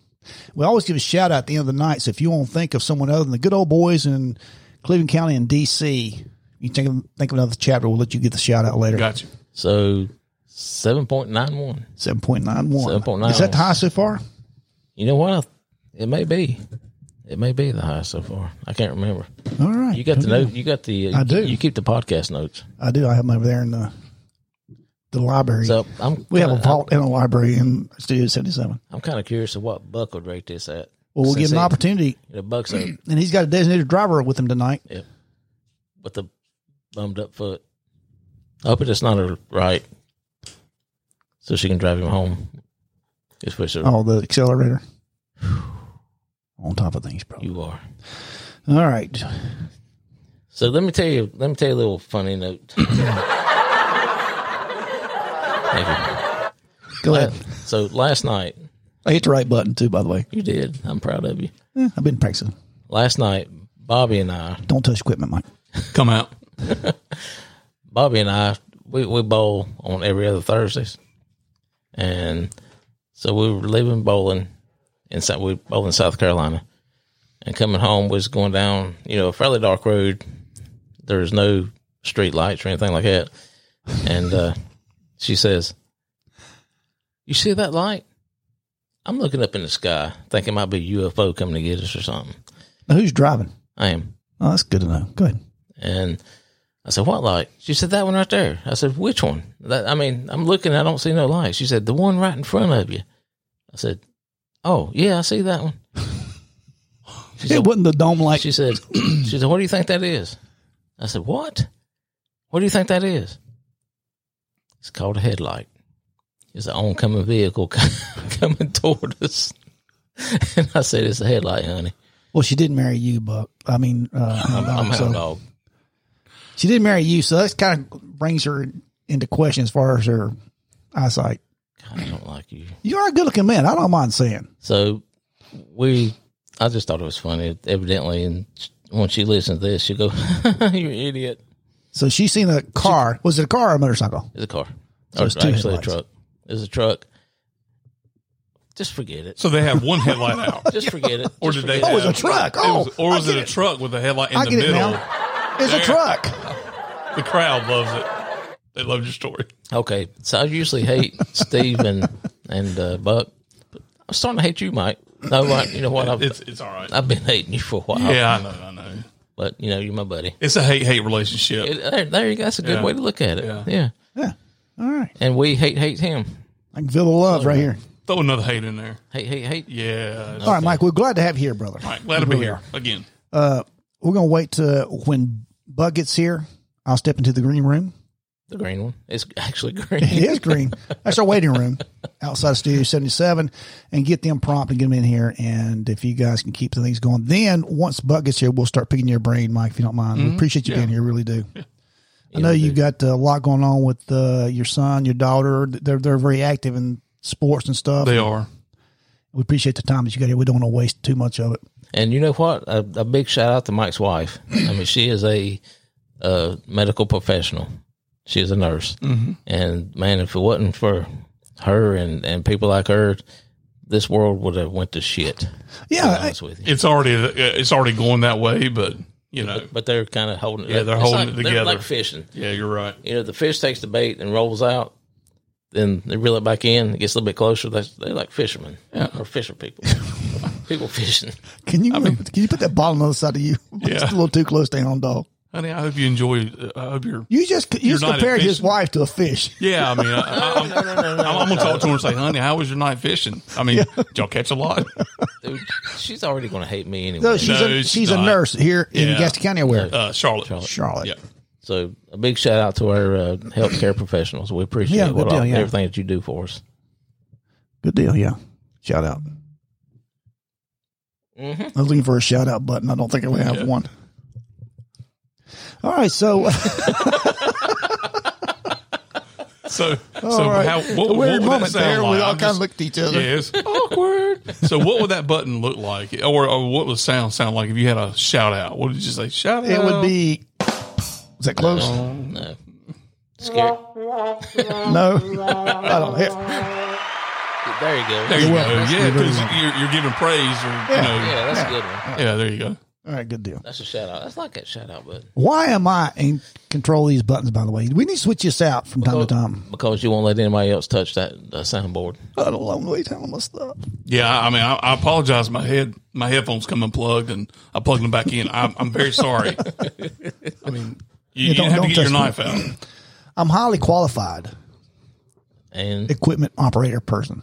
[SPEAKER 2] We always give a shout out at the end of the night. So if you want to think of someone other than the good old boys in Cleveland County and D.C., you think of, think of another chapter. We'll let you get the shout out later.
[SPEAKER 1] Got you.
[SPEAKER 3] So seven point nine one.
[SPEAKER 2] 7.91.
[SPEAKER 3] 7.91.
[SPEAKER 2] Is that the high so far?
[SPEAKER 3] You know what? It may be. It may be the highest so far. I can't remember.
[SPEAKER 2] All right.
[SPEAKER 3] You got the note. You got the.
[SPEAKER 2] I do.
[SPEAKER 3] You keep the podcast notes.
[SPEAKER 2] I do. I have them over there in the the library.
[SPEAKER 3] So I'm.
[SPEAKER 2] we have a vault and a library in Studio 77.
[SPEAKER 3] I'm kind of curious of what Buck would rate this at.
[SPEAKER 2] Well, we'll
[SPEAKER 3] Since
[SPEAKER 2] get an
[SPEAKER 3] he-
[SPEAKER 2] opportunity.
[SPEAKER 3] The Buck's a,
[SPEAKER 2] And he's got a designated driver with him tonight.
[SPEAKER 3] with the bummed up foot. I hope it's not a right, so she can drive him home. Just push her.
[SPEAKER 2] Oh, the accelerator. On top of things, bro.
[SPEAKER 3] You are.
[SPEAKER 2] All right.
[SPEAKER 3] So let me tell you, let me tell you a little funny note. Thank you.
[SPEAKER 2] Go ahead.
[SPEAKER 3] So last night,
[SPEAKER 2] I hit the right button too, by the way.
[SPEAKER 3] you did. I'm proud of you.
[SPEAKER 2] Eh, I've been practicing.
[SPEAKER 3] Last night, Bobby and I,
[SPEAKER 2] Don't touch equipment, Mike.
[SPEAKER 1] Come out.
[SPEAKER 3] Bobby and I, we, we bowl on every other Thursdays, and so we were leaving bowling, in South, we bowling in South Carolina, and coming home was going down, you know, a fairly dark road. There was no street lights or anything like that, and uh, she says, "You see that light?" I'm looking up in the sky, thinking it might be a UFO coming to get us or something.
[SPEAKER 2] Now, who's driving?
[SPEAKER 3] I am.
[SPEAKER 2] Oh, that's good to know. Go ahead.
[SPEAKER 3] And I said, what light? She said, that one right there. I said, which one? That, I mean, I'm looking, I don't see no light. She said, the one right in front of you. I said, oh, yeah, I see that one. She
[SPEAKER 2] It
[SPEAKER 3] said,
[SPEAKER 2] wasn't the dome like
[SPEAKER 3] she said, she said, what do you think that is? I said, what? What do you think that is? It's called a headlight. It's an oncoming vehicle coming toward us. And I said, it's a headlight, honey.
[SPEAKER 2] Well, she did marry you, Buck. I mean, uh, hound dog,
[SPEAKER 3] I'm "Oh, a
[SPEAKER 2] so-
[SPEAKER 3] hound dog.
[SPEAKER 2] she did marry you, so that kind of brings her into question as far as her eyesight.
[SPEAKER 3] God, I don't like you.
[SPEAKER 2] You are a good looking man. I don't mind saying.
[SPEAKER 3] So we, I just thought it was funny. Evidently, and when she listens to this, she'll go, "You're an idiot."
[SPEAKER 2] So she seen a car. Was it a car or a motorcycle?
[SPEAKER 3] It's a car.
[SPEAKER 2] So
[SPEAKER 3] Or
[SPEAKER 2] it's two
[SPEAKER 3] actually a
[SPEAKER 2] headlights.
[SPEAKER 3] truck. It's a truck. Just forget it.
[SPEAKER 1] So they have one headlight out.
[SPEAKER 3] Just forget it.
[SPEAKER 1] Or
[SPEAKER 3] Just
[SPEAKER 1] did they
[SPEAKER 3] forget
[SPEAKER 2] Oh, it's a
[SPEAKER 1] have-
[SPEAKER 2] truck.
[SPEAKER 1] it
[SPEAKER 2] Oh,
[SPEAKER 1] was- or was
[SPEAKER 2] I
[SPEAKER 1] it
[SPEAKER 2] get
[SPEAKER 1] a
[SPEAKER 2] it.
[SPEAKER 1] truck with a headlight in
[SPEAKER 2] I
[SPEAKER 1] the
[SPEAKER 2] get it
[SPEAKER 1] middle?
[SPEAKER 2] now. It's a
[SPEAKER 1] There.
[SPEAKER 2] truck.
[SPEAKER 1] The crowd loves it. They love your story.
[SPEAKER 3] Okay, so I usually hate Steve and and uh, Buck. But I'm starting to hate you, Mike. No, Mike, you know what? I've,
[SPEAKER 1] It's it's all right.
[SPEAKER 3] I've been hating you for a while,
[SPEAKER 1] Yeah, I know, I know.
[SPEAKER 3] but you know you're my buddy.
[SPEAKER 1] It's a hate hate relationship.
[SPEAKER 3] It- there, there you go. That's a good
[SPEAKER 1] Yeah.
[SPEAKER 3] way to look at it.
[SPEAKER 1] Yeah.
[SPEAKER 3] yeah,
[SPEAKER 2] Yeah. All right.
[SPEAKER 3] and we hate hate him.
[SPEAKER 2] I can feel the love right here.
[SPEAKER 1] Throw another hate in there.
[SPEAKER 3] Hate hate hate.
[SPEAKER 1] Yeah.
[SPEAKER 2] All right, Mike. We're glad to have you here, brother.
[SPEAKER 1] All right, glad to be here again.
[SPEAKER 2] We're gonna wait to when Bug gets here. I'll step into the green room.
[SPEAKER 3] The green one. It's actually green.
[SPEAKER 2] It is green. That's our waiting room outside of Studio 77 and get them prompt and get them in here. And if you guys can keep the things going, then once Buck gets here, we'll start picking your brain, Mike, if you don't mind.
[SPEAKER 1] Mm-hmm.
[SPEAKER 2] We appreciate you being here. Really do. I know you got a lot going on with uh, your son, your daughter. They're, they're very active in sports and stuff.
[SPEAKER 1] They are.
[SPEAKER 2] We appreciate the time that you got here. We don't want to waste too much of it.
[SPEAKER 3] And you know what? A, a big shout out to Mike's wife. I mean, she is a, uh medical professional. She is a nurse.
[SPEAKER 1] Mm-hmm.
[SPEAKER 3] And man, if it wasn't for her and, and people like her, this world would have went to shit. to be
[SPEAKER 2] Yeah. I-
[SPEAKER 3] honest with you.
[SPEAKER 1] It's already uh, it's already going that way, but you know.
[SPEAKER 3] But they're kind of holding.
[SPEAKER 1] Yeah, they're
[SPEAKER 3] it's
[SPEAKER 1] holding
[SPEAKER 3] like-
[SPEAKER 1] it
[SPEAKER 3] They're
[SPEAKER 1] together.
[SPEAKER 3] like fishing.
[SPEAKER 1] Yeah, you're right.
[SPEAKER 3] You know, the fish takes the bait and rolls out. Then they reel it back in. It gets a little bit closer. They they're like fishermen or fisher people. people fishing.
[SPEAKER 2] can you can you put that ball on the other side of you?
[SPEAKER 1] Yeah.
[SPEAKER 2] Just a little too close down, dog.
[SPEAKER 1] Honey, I hope you enjoy. uh, I hope you're.
[SPEAKER 2] You just you just
[SPEAKER 1] not
[SPEAKER 2] compared his
[SPEAKER 1] efficient.
[SPEAKER 2] wife to a fish.
[SPEAKER 1] Yeah, I mean, I, I, I'm, I'm, I'm gonna talk to her and say, "Honey, how was your night fishing? I mean, did y'all catch a lot?"
[SPEAKER 3] Dude, she's already going to hate me anyway.
[SPEAKER 2] No, she's a,
[SPEAKER 1] it's
[SPEAKER 2] she's a
[SPEAKER 1] not.
[SPEAKER 2] nurse here in
[SPEAKER 1] Yeah.
[SPEAKER 2] Gaston County, where
[SPEAKER 1] Uh, Charlotte.
[SPEAKER 2] Charlotte.
[SPEAKER 1] Yeah,
[SPEAKER 3] So a big shout out to our uh, healthcare professionals. We appreciate
[SPEAKER 2] Yeah,
[SPEAKER 3] what
[SPEAKER 2] good deal,
[SPEAKER 3] all-
[SPEAKER 2] yeah.
[SPEAKER 3] everything that you do for us.
[SPEAKER 2] Good deal. Yeah. Shout out. I was looking for a shout out button. I don't think I would have one. All right. So,
[SPEAKER 1] So, so
[SPEAKER 2] all right.
[SPEAKER 1] how? What,
[SPEAKER 2] a
[SPEAKER 1] what
[SPEAKER 2] weird
[SPEAKER 1] would
[SPEAKER 2] moment
[SPEAKER 1] that sound
[SPEAKER 2] there.
[SPEAKER 1] like?
[SPEAKER 2] We all
[SPEAKER 1] I'm
[SPEAKER 2] kind of
[SPEAKER 1] just-
[SPEAKER 2] looked at each other.
[SPEAKER 1] Yes. Awkward. So what would that button look like? Or, or what would the sound sound like if you had a shout out? What did you say? Shout out.
[SPEAKER 2] It would be. Is that close?
[SPEAKER 3] No, scary.
[SPEAKER 2] No. I don't hear.
[SPEAKER 3] There you go.
[SPEAKER 1] There you go.
[SPEAKER 2] welcome. That's
[SPEAKER 1] Yeah,
[SPEAKER 2] good.
[SPEAKER 1] because you're, you're giving praise or, you know.
[SPEAKER 3] yeah, that's a good one.
[SPEAKER 1] Yeah. there you go.
[SPEAKER 2] All right. Good deal.
[SPEAKER 3] That's a shout out. That's like that shout out button.
[SPEAKER 2] Why am I in control of these buttons, by the way? We need to switch this out from time to time.
[SPEAKER 3] Because you won't let anybody else touch that uh, soundboard.
[SPEAKER 2] I don't know. Wait, how am I stuck?
[SPEAKER 1] Yeah, I I mean, I, I apologize. My head, my headphones come unplugged and I plugged them back in. I'm, I'm very sorry. I mean, you, you
[SPEAKER 2] don't-
[SPEAKER 1] have
[SPEAKER 2] don't
[SPEAKER 1] to get your
[SPEAKER 2] touch
[SPEAKER 1] knife out.
[SPEAKER 2] I'm highly qualified
[SPEAKER 3] And
[SPEAKER 2] equipment operator person.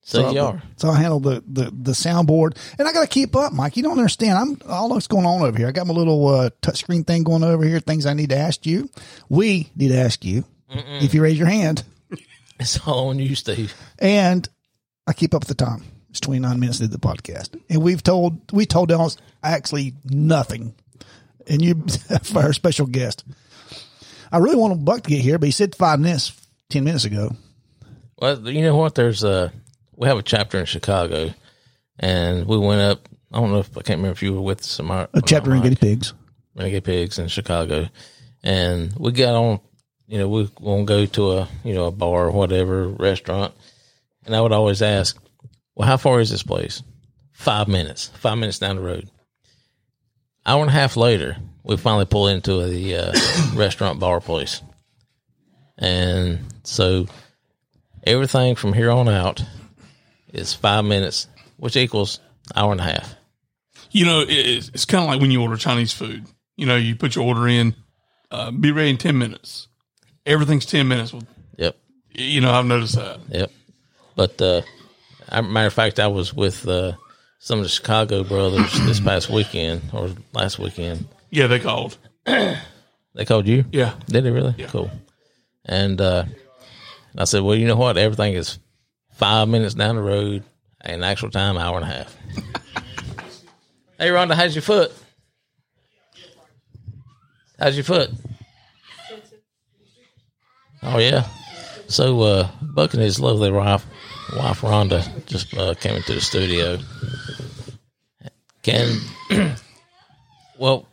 [SPEAKER 3] so you are.
[SPEAKER 2] So I handle the, the, the soundboard, and I got to keep up, Mike. You don't understand. I'm all that's going on over here. I got my little uh, touchscreen thing going over here. Things I need to ask you. We need to ask you if you raise your hand,
[SPEAKER 3] It's all on you, Steve.
[SPEAKER 2] and I keep up with the time. It's 29 minutes into the podcast, and we've told we told almost actually nothing. And you for our special guest, I really wanted Buck to get here, but he said five minutes, ten minutes ago.
[SPEAKER 3] Well, you know what? There's a we have a chapter in Chicago, and we went up. I don't know if I can't remember if you were with some a
[SPEAKER 2] A chapter in guinea pigs.
[SPEAKER 3] Renegade Pigs in Chicago, and we got on. You know, we won't go to a you know a bar or whatever restaurant, and I would always ask, "Well, how far is this place?" Five minutes. Five minutes down the road. Hour and a half later, we finally pull into the uh, restaurant bar place, and so everything from here on out is five minutes, which equals hour and a half.
[SPEAKER 1] You know, it, it's- it's kind of like when you order Chinese food. You know, you put your order in, uh, be ready in 10 minutes. Everything's 10 minutes. Well,
[SPEAKER 3] Yep.
[SPEAKER 1] You know, I've noticed that.
[SPEAKER 3] Yep. But uh, I, matter of fact, I was with uh, some of the Chicago brothers this past weekend or last weekend.
[SPEAKER 1] Yeah, they called.
[SPEAKER 3] They called you.
[SPEAKER 1] Yeah.
[SPEAKER 3] Did they really? Cool. And uh, I said, well, you know what? Everything is five minutes down the road, and actual time hour and a half. hey, Rhonda, how's your foot? How's your foot? Oh yeah. So uh, Buck and his lovely wife, wife Rhonda, just uh, came into the studio. Can well,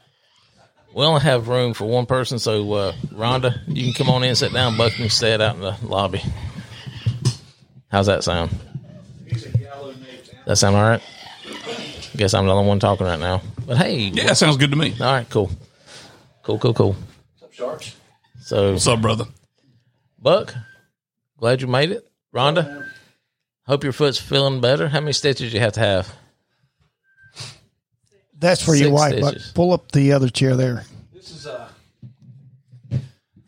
[SPEAKER 3] we only have room for one person, so uh, Rhonda, you can come on in, and sit down. Buck can stay out in the lobby. How's that sound? That sound all right? Guess I'm the only one talking right now. But hey,
[SPEAKER 1] Yeah, sounds good to me.
[SPEAKER 3] all right, cool, cool, cool, cool. So
[SPEAKER 1] What's up, brother?
[SPEAKER 3] Buck, glad you made it. Rhonda, hope your foot's feeling better. How many stitches you have to have?
[SPEAKER 2] That's for your
[SPEAKER 3] Six
[SPEAKER 2] wife. Buck.
[SPEAKER 3] stitches.
[SPEAKER 2] Pull up the other chair there.
[SPEAKER 4] This is uh,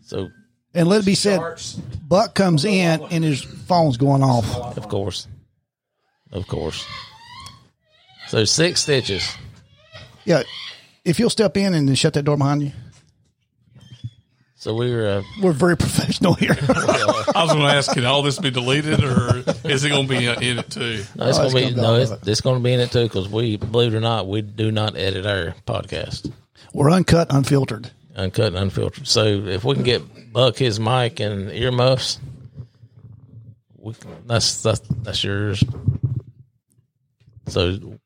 [SPEAKER 3] So,
[SPEAKER 2] And let it be said,
[SPEAKER 4] Arts.
[SPEAKER 2] Buck comes in and his phone's going off.
[SPEAKER 3] of course, of course. So six stitches.
[SPEAKER 2] Yeah. If you'll step in and then shut that door behind you,
[SPEAKER 3] So we were. Uh,
[SPEAKER 2] we're very professional here.
[SPEAKER 1] I was going to ask, can all this be deleted or is it going to be in it too?
[SPEAKER 3] No, it's
[SPEAKER 2] Oh,
[SPEAKER 3] gonna
[SPEAKER 2] it's
[SPEAKER 3] be
[SPEAKER 2] gonna be
[SPEAKER 3] no,
[SPEAKER 2] all
[SPEAKER 3] it's,
[SPEAKER 2] of
[SPEAKER 3] it's gonna be in it too because we, believe it or not, we do not edit our podcast,
[SPEAKER 2] we're uncut, unfiltered.
[SPEAKER 3] uncut and unfiltered. So if we can get Buck his mic and earmuffs, we, can- that's that's that's yours. So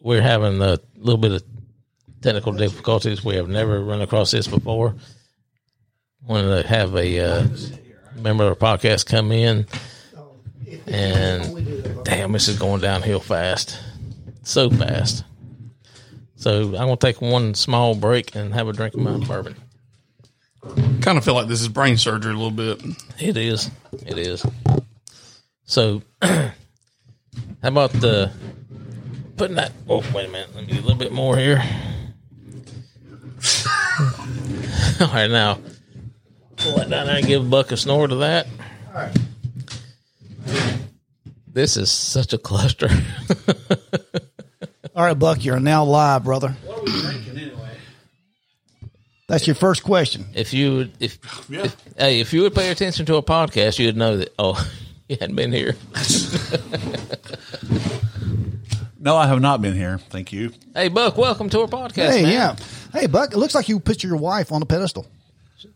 [SPEAKER 3] we're having a little bit of technical difficulties. We have never run across this before. When they have a uh, member of the podcast come in, and damn, this is going downhill fast, so fast. So I'm gonna take one small break and have a drink of my bourbon.
[SPEAKER 1] Kind of feel like this is brain surgery a little bit.
[SPEAKER 3] It is, it is. So, how about the putting that? Oh, wait a minute. Let me do a little bit more here. All right, now pull that down there and give Buck a snore to that. This is such a cluster.
[SPEAKER 2] All right, Buck, you're now live, brother.
[SPEAKER 4] What are we drinking anyway?
[SPEAKER 2] That's your first question.
[SPEAKER 3] if you would, if, if hey, if you would pay attention to a podcast, you'd know that. Oh, you hadn't been here.
[SPEAKER 4] No, I have not been here. Thank you.
[SPEAKER 3] Hey, Buck, welcome to our podcast.
[SPEAKER 2] Hey,
[SPEAKER 3] man.
[SPEAKER 2] yeah. Hey, Buck, it looks like you put your wife on a pedestal.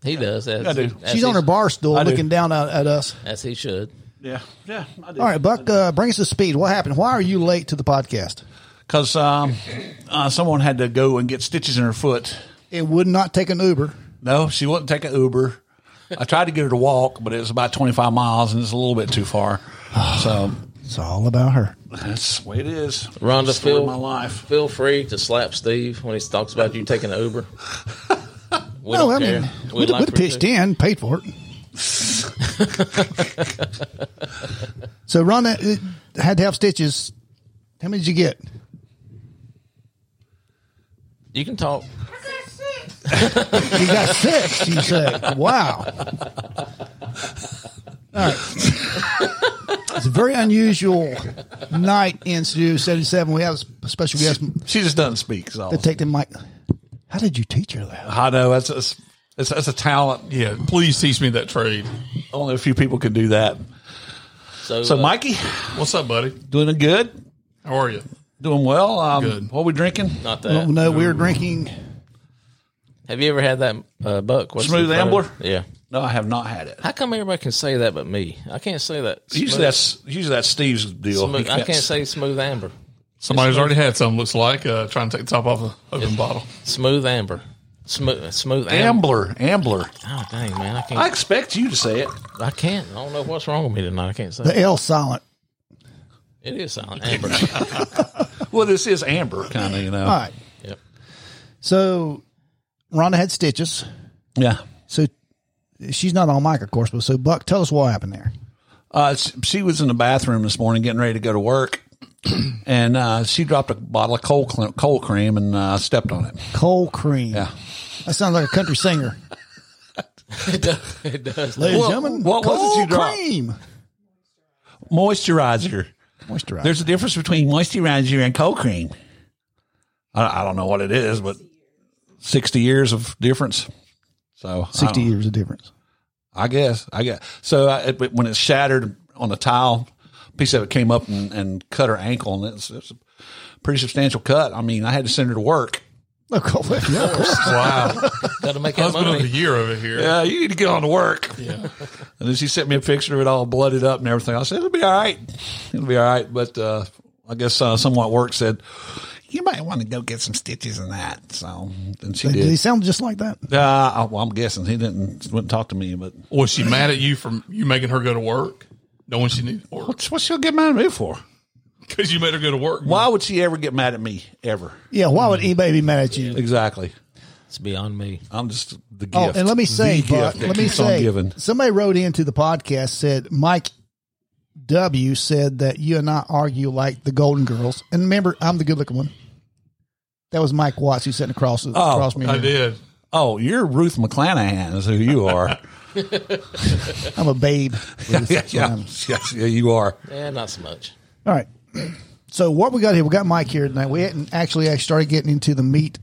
[SPEAKER 3] he does. That's,
[SPEAKER 4] I do.
[SPEAKER 3] that's
[SPEAKER 2] She's on
[SPEAKER 3] he-
[SPEAKER 2] her bar stool
[SPEAKER 4] I do.
[SPEAKER 2] looking down at, at us.
[SPEAKER 3] As he should.
[SPEAKER 4] Yeah, yeah. I did.
[SPEAKER 2] All right, Buck, uh, bring us to speed. What happened? Why are you late to the podcast?
[SPEAKER 4] Because um, uh, someone had to go and get stitches in her foot.
[SPEAKER 2] It would not take an Uber.
[SPEAKER 4] No, she wouldn't take an Uber. I tried to get her to walk, but it was about 25 miles and it's a little bit too far. So
[SPEAKER 2] It's all about her.
[SPEAKER 4] that's the way it is.
[SPEAKER 3] Rhonda,
[SPEAKER 4] Story of
[SPEAKER 3] Phil.
[SPEAKER 4] my life.
[SPEAKER 3] Feel free to slap Steve when he talks about you taking an Uber. We
[SPEAKER 2] No, I
[SPEAKER 3] don't
[SPEAKER 2] mean,
[SPEAKER 3] care.
[SPEAKER 2] we would
[SPEAKER 3] like
[SPEAKER 2] have
[SPEAKER 3] for
[SPEAKER 2] pitched
[SPEAKER 3] you
[SPEAKER 2] in, paid for it. so Rhonda uh, had to have stitches. How many did you get?
[SPEAKER 3] to- You can talk.
[SPEAKER 2] You got six. You said, "Wow." All right. It's a very unusual night in Studio Seventy Seven. We have a special guest
[SPEAKER 4] She just doesn't speak. So.
[SPEAKER 2] to take the mic. How did you teach her that?
[SPEAKER 4] I know that's, that's, that's, that's a talent.
[SPEAKER 1] Yeah, please teach me that trade.
[SPEAKER 4] Only a few people can do that.
[SPEAKER 3] So,
[SPEAKER 4] So,
[SPEAKER 3] uh,
[SPEAKER 4] Mikey,
[SPEAKER 1] What's up, buddy?
[SPEAKER 4] doing good?
[SPEAKER 1] How are you?
[SPEAKER 4] Doing well? Um,
[SPEAKER 1] Good.
[SPEAKER 4] What we drinking?
[SPEAKER 3] not
[SPEAKER 2] Well,
[SPEAKER 3] that.
[SPEAKER 2] Oh, no, we were drinking.
[SPEAKER 3] Have you ever had that uh, buck? What's
[SPEAKER 4] Smooth
[SPEAKER 3] the front
[SPEAKER 4] Ambler?
[SPEAKER 3] of- Yeah.
[SPEAKER 4] No, I have not had it.
[SPEAKER 3] How come everybody can say that but me? I can't say that.
[SPEAKER 4] Usually that's usually that's Steve's deal.
[SPEAKER 3] Smooth- I can't say smooth amber.
[SPEAKER 1] Somebody's already had some, looks like, uh, trying to take the top off the open bottle.
[SPEAKER 3] Smooth amber. Smooth. Smooth amber.
[SPEAKER 4] Ambler, Ambler.
[SPEAKER 3] Oh dang man, I
[SPEAKER 4] I
[SPEAKER 3] can't.
[SPEAKER 4] expect you to say it.
[SPEAKER 3] I, can't. I don't know what's wrong with me tonight. I can't say
[SPEAKER 2] The L silent.
[SPEAKER 3] it. It is silent amber.
[SPEAKER 4] Well, this is Amber, kind of, you know.
[SPEAKER 2] All right.
[SPEAKER 3] yep.
[SPEAKER 2] So Rhonda had stitches.
[SPEAKER 4] Yeah.
[SPEAKER 2] So she's not on mic, of course. But so Buck, tell us what happened there.
[SPEAKER 4] Uh, s- she was in the bathroom this morning getting ready to go to work, and uh, she dropped a bottle of cold, cl- cold cream and uh, stepped on it.
[SPEAKER 2] Cold cream.
[SPEAKER 4] Yeah.
[SPEAKER 2] That sounds like a country singer.
[SPEAKER 3] it does. It does.
[SPEAKER 2] Ladies
[SPEAKER 4] Well,
[SPEAKER 2] and gentlemen,
[SPEAKER 4] what was it
[SPEAKER 2] cold
[SPEAKER 4] you dropped?
[SPEAKER 2] cream
[SPEAKER 4] Moisturizer.
[SPEAKER 2] moisturizer.
[SPEAKER 4] There's a difference between moisturizer and cold cream. I, I don't know what it is, but 60 years of difference. So I
[SPEAKER 2] sixty
[SPEAKER 4] don't-
[SPEAKER 2] years of difference.
[SPEAKER 4] I guess. I guess. So I, it, when it shattered on the tile, a piece of it came up and, and cut her ankle, and it's, it's a pretty substantial cut. I mean, I had to send her to work.
[SPEAKER 2] Look, oh, yeah, of course.
[SPEAKER 1] Wow.
[SPEAKER 3] Got to make that
[SPEAKER 1] Husband of the
[SPEAKER 3] money.
[SPEAKER 1] year over here.
[SPEAKER 4] Yeah, you need to get on to work. Yeah. And then she sent me a picture of it all blooded up and everything. I said, it'll be all right. It'll be all right. But uh, I guess uh, someone at work said, you might want to go get some stitches in that. So, and she
[SPEAKER 2] Did he
[SPEAKER 4] did.
[SPEAKER 2] sound just like that?
[SPEAKER 4] Uh, I, well, I'm guessing he didn't wouldn't talk to me, but
[SPEAKER 1] Was she mad at you for you making her go to work? Knowing she needed work.
[SPEAKER 4] what's, what's she'll get mad at me for?
[SPEAKER 1] Because you made her go to work.
[SPEAKER 4] Why would she ever get mad at me ever?
[SPEAKER 2] Yeah. Why
[SPEAKER 4] Mm.
[SPEAKER 2] would anybody be mad at you?
[SPEAKER 4] Exactly.
[SPEAKER 3] It's beyond me.
[SPEAKER 4] I'm just the gift.
[SPEAKER 2] Oh, and let me say,
[SPEAKER 4] the
[SPEAKER 2] Buck,
[SPEAKER 4] gift that
[SPEAKER 2] let me
[SPEAKER 4] keeps on
[SPEAKER 2] say,
[SPEAKER 4] giving.
[SPEAKER 2] somebody wrote into the podcast said Mike W said that you and I argue like the Golden Girls, and remember, I'm the good looking one. That was Mike Watts who's sitting across across me.
[SPEAKER 1] I
[SPEAKER 2] here.
[SPEAKER 1] did.
[SPEAKER 4] Oh, you're Ruth McClanahan is who you are.
[SPEAKER 2] I'm a babe.
[SPEAKER 4] yeah, yeah, yeah, Yes, yeah, you are.
[SPEAKER 3] Yeah, not so much.
[SPEAKER 2] All right. So what we got here? We got Mike here tonight. We hadn't actually actually started getting into the meat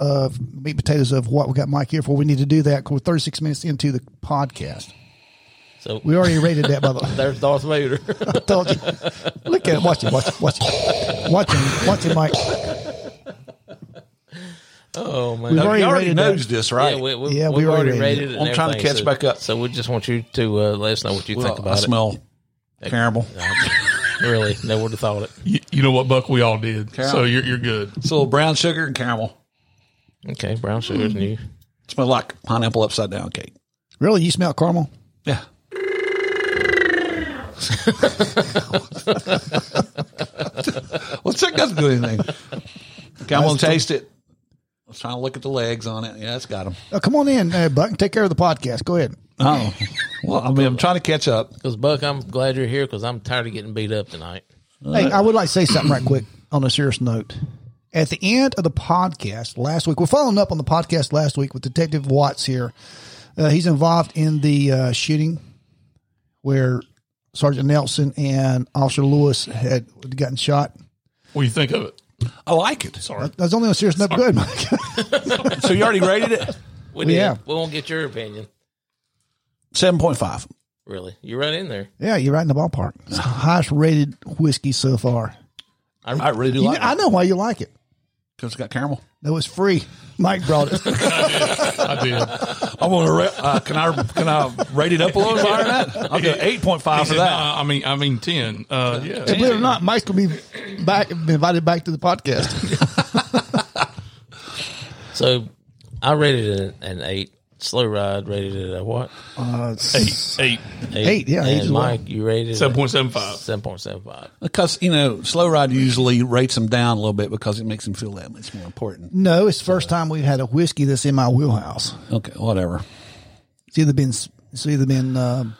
[SPEAKER 2] of meat potatoes of what we got Mike here for. We need to do that. 'cause We're 36 minutes into the podcast.
[SPEAKER 3] So
[SPEAKER 2] We already rated that by the
[SPEAKER 3] there's Darth Vader.
[SPEAKER 2] I told you. Look at him. Watch him. Watch him. Watch him. Watch him. Watch him, Mike.
[SPEAKER 3] oh man.
[SPEAKER 2] We've
[SPEAKER 4] You
[SPEAKER 2] already
[SPEAKER 4] already
[SPEAKER 2] rated
[SPEAKER 4] knows
[SPEAKER 2] that.
[SPEAKER 4] this, right?
[SPEAKER 3] Yeah, we, we,
[SPEAKER 2] Yeah,
[SPEAKER 3] have
[SPEAKER 2] we already
[SPEAKER 3] already
[SPEAKER 2] rated
[SPEAKER 3] rated
[SPEAKER 2] it.
[SPEAKER 3] it.
[SPEAKER 4] I'm
[SPEAKER 3] and
[SPEAKER 4] trying to
[SPEAKER 3] everything,
[SPEAKER 4] catch
[SPEAKER 3] so-
[SPEAKER 4] back up.
[SPEAKER 3] So we just want you to uh, let us know what you
[SPEAKER 4] Well,
[SPEAKER 3] think about
[SPEAKER 4] I smell caramel.
[SPEAKER 3] it. Really, never would have thought it.
[SPEAKER 1] You, you know what, Buck? We all did.
[SPEAKER 4] Carol.
[SPEAKER 1] So you're, you're good.
[SPEAKER 4] It's a little brown sugar and caramel.
[SPEAKER 3] Okay, brown sugar's new.
[SPEAKER 4] It smells like pineapple upside down cake.
[SPEAKER 2] Really? You smell caramel?
[SPEAKER 4] Yeah. What's that got to do with anything? Okay, I'm gonna taste it. I was trying to look at the legs on it. Yeah, it's got them.
[SPEAKER 2] Oh, come on in, uh, Buck, and take care of the podcast. Go ahead.
[SPEAKER 4] Oh, well, I mean, I'm trying to catch up.
[SPEAKER 3] Because Buck, I'm glad you're here because I'm tired of getting beat up tonight.
[SPEAKER 2] Hey, I would like to say something right quick on a serious note. At the end of the podcast last week, we're following up on the podcast last week with Detective Watts here. Uh, he's involved in the uh, shooting where Sergeant Nelson and Officer Lewis had gotten shot.
[SPEAKER 1] What do you think of it?
[SPEAKER 4] I like it.
[SPEAKER 1] Sorry.
[SPEAKER 2] That's only on a serious note. Go ahead, Mike.
[SPEAKER 4] So you already rated it?
[SPEAKER 3] We did.
[SPEAKER 2] Yeah.
[SPEAKER 3] We won't get your opinion.
[SPEAKER 4] Seven point five.
[SPEAKER 3] Really, you're right in there.
[SPEAKER 2] yeah, you're right in the ballpark. It's the highest rated whiskey so far.
[SPEAKER 4] I really do
[SPEAKER 2] You
[SPEAKER 4] like
[SPEAKER 2] know- I
[SPEAKER 4] it
[SPEAKER 2] know why you like it.
[SPEAKER 4] because it's got caramel.
[SPEAKER 2] That was free. Mike brought it.
[SPEAKER 1] I did.
[SPEAKER 4] I want to. Ra- uh, can I? Can I rate it up a little higher than that? I'll go eight point five for
[SPEAKER 1] No,
[SPEAKER 4] that.
[SPEAKER 1] I mean, I mean ten. Uh, yeah.
[SPEAKER 2] And believe it or not, Mike's gonna be back, be invited back to the podcast.
[SPEAKER 3] So I rated it an eight. Slow ride rated it a what?
[SPEAKER 2] Uh,
[SPEAKER 1] Eight. Eight.
[SPEAKER 2] Eight, yeah, eight as
[SPEAKER 3] And
[SPEAKER 2] well.
[SPEAKER 3] Mike, you rated
[SPEAKER 1] Seven point seven five.
[SPEAKER 3] Seven point seven five.
[SPEAKER 4] Because you know, slow ride usually rates them down a little bit because it makes them feel that much more important.
[SPEAKER 2] no, it's the first time we've had a whiskey that's in my wheelhouse.
[SPEAKER 4] Okay, whatever.
[SPEAKER 2] It's either been it's either been um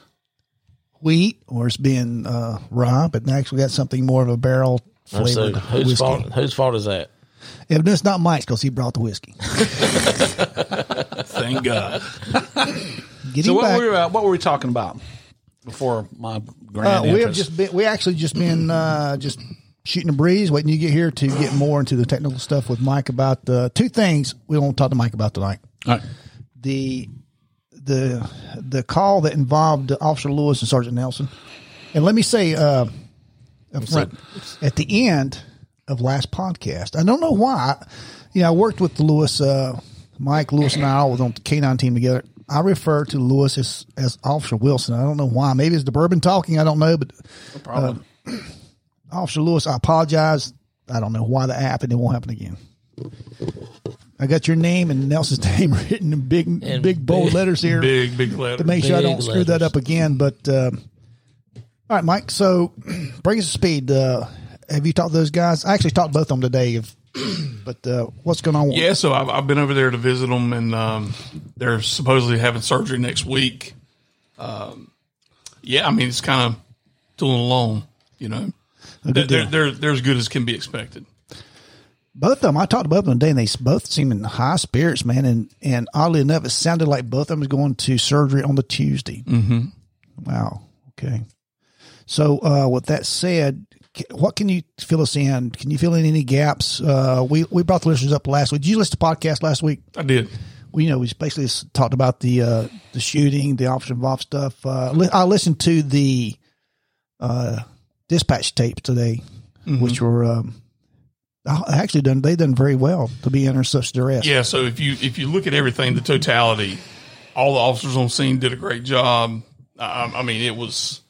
[SPEAKER 2] wheat or it's been uh, rye, but now we got something more of a barrel
[SPEAKER 3] So
[SPEAKER 2] flavored
[SPEAKER 3] whose
[SPEAKER 2] whiskey.
[SPEAKER 3] fault? Whose fault is that?
[SPEAKER 2] Yeah, but it's not Mike's because he brought the whiskey.
[SPEAKER 1] Thank God.
[SPEAKER 2] Get
[SPEAKER 4] So
[SPEAKER 2] him
[SPEAKER 4] what
[SPEAKER 2] back.
[SPEAKER 4] were uh, what were we talking about before my
[SPEAKER 2] Uh,
[SPEAKER 4] grand
[SPEAKER 2] we have
[SPEAKER 4] entrance?
[SPEAKER 2] just been we actually just been uh, just shooting a breeze, waiting you get here to get more into the technical stuff with Mike about uh, two things we won't talk to Mike about tonight.
[SPEAKER 4] All right.
[SPEAKER 2] the the the call that involved Officer Lewis and Sergeant Nelson. And let me say uh, up front, at the end of last podcast, I don't know why. You know, I worked with Lewis, uh, Mike Lewis, and I was on the K nine team together. I refer to Lewis as, as Officer Wilson. I don't know why. Maybe it's the bourbon talking. I don't know, but uh,
[SPEAKER 4] problem.
[SPEAKER 2] Officer Lewis, I apologize. I don't know why that happened. It won't happen again. I got your name and Nelson's name written in big,
[SPEAKER 3] In
[SPEAKER 2] big bold
[SPEAKER 3] big-
[SPEAKER 2] letters here
[SPEAKER 1] Big big letter.
[SPEAKER 2] to make sure I don't
[SPEAKER 3] Big
[SPEAKER 2] screw that
[SPEAKER 3] letters.
[SPEAKER 2] up again. But uh, all right, Mike. So bring us to speed. Uh, have you talked to those guys? I actually talked to both of them today. If, but uh, what's going on?
[SPEAKER 1] Yeah, so I've, I've been over there to visit them, and um, they're supposedly having surgery next week. Um, yeah, I mean it's kind of tooling along, you know. They're,
[SPEAKER 2] good
[SPEAKER 1] they're
[SPEAKER 2] deal.
[SPEAKER 1] they're they're as good as can be expected.
[SPEAKER 2] both of them, I talked to both of them today, and they s- both seemed in high spirits, man. And and oddly enough, it sounded like both of them was going to surgery on the Tuesday. Mm-hmm. Wow. Okay. So, uh, with that said, c- what can you fill us in? Can you fill in any gaps? Uh, we we brought the listeners up last week. Did you listen to the podcast last week?
[SPEAKER 1] I did.
[SPEAKER 2] we you know we basically s- talked about the uh, the shooting, the officer involved stuff. Uh, li- I listened to the uh, dispatch tapes today,
[SPEAKER 1] Mm-hmm.
[SPEAKER 2] which were um, I- I actually done. They done very well to be under such duress.
[SPEAKER 1] Yeah, so if you if you look at everything, the totality, all the officers on scene did a great job. I, I mean, it was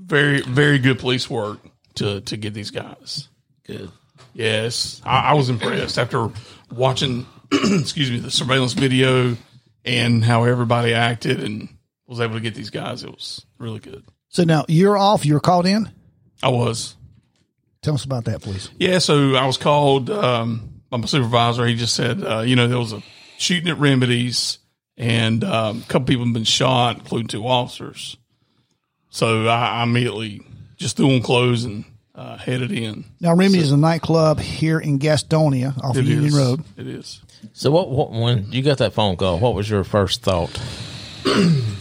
[SPEAKER 1] very very good police work to to get these guys.
[SPEAKER 3] Good.
[SPEAKER 1] Yes, I, I was impressed after watching, excuse me, the surveillance video and how everybody acted and was able to get these guys. It was really good.
[SPEAKER 2] So now you're off. You're called in.
[SPEAKER 1] I was.
[SPEAKER 2] Tell us about that, please.
[SPEAKER 1] Yeah, so I was called um, by my supervisor. He just said, uh, you know, there was a shooting at Remedies, and um, a couple people have been shot, including two officers. So I, I immediately just threw on clothes and uh, headed in.
[SPEAKER 2] Now Remedy is a nightclub here in Gastonia off of
[SPEAKER 1] It
[SPEAKER 2] Union
[SPEAKER 1] is-
[SPEAKER 2] Road.
[SPEAKER 1] It is.
[SPEAKER 3] So what, what when you got that phone call, what was your first thought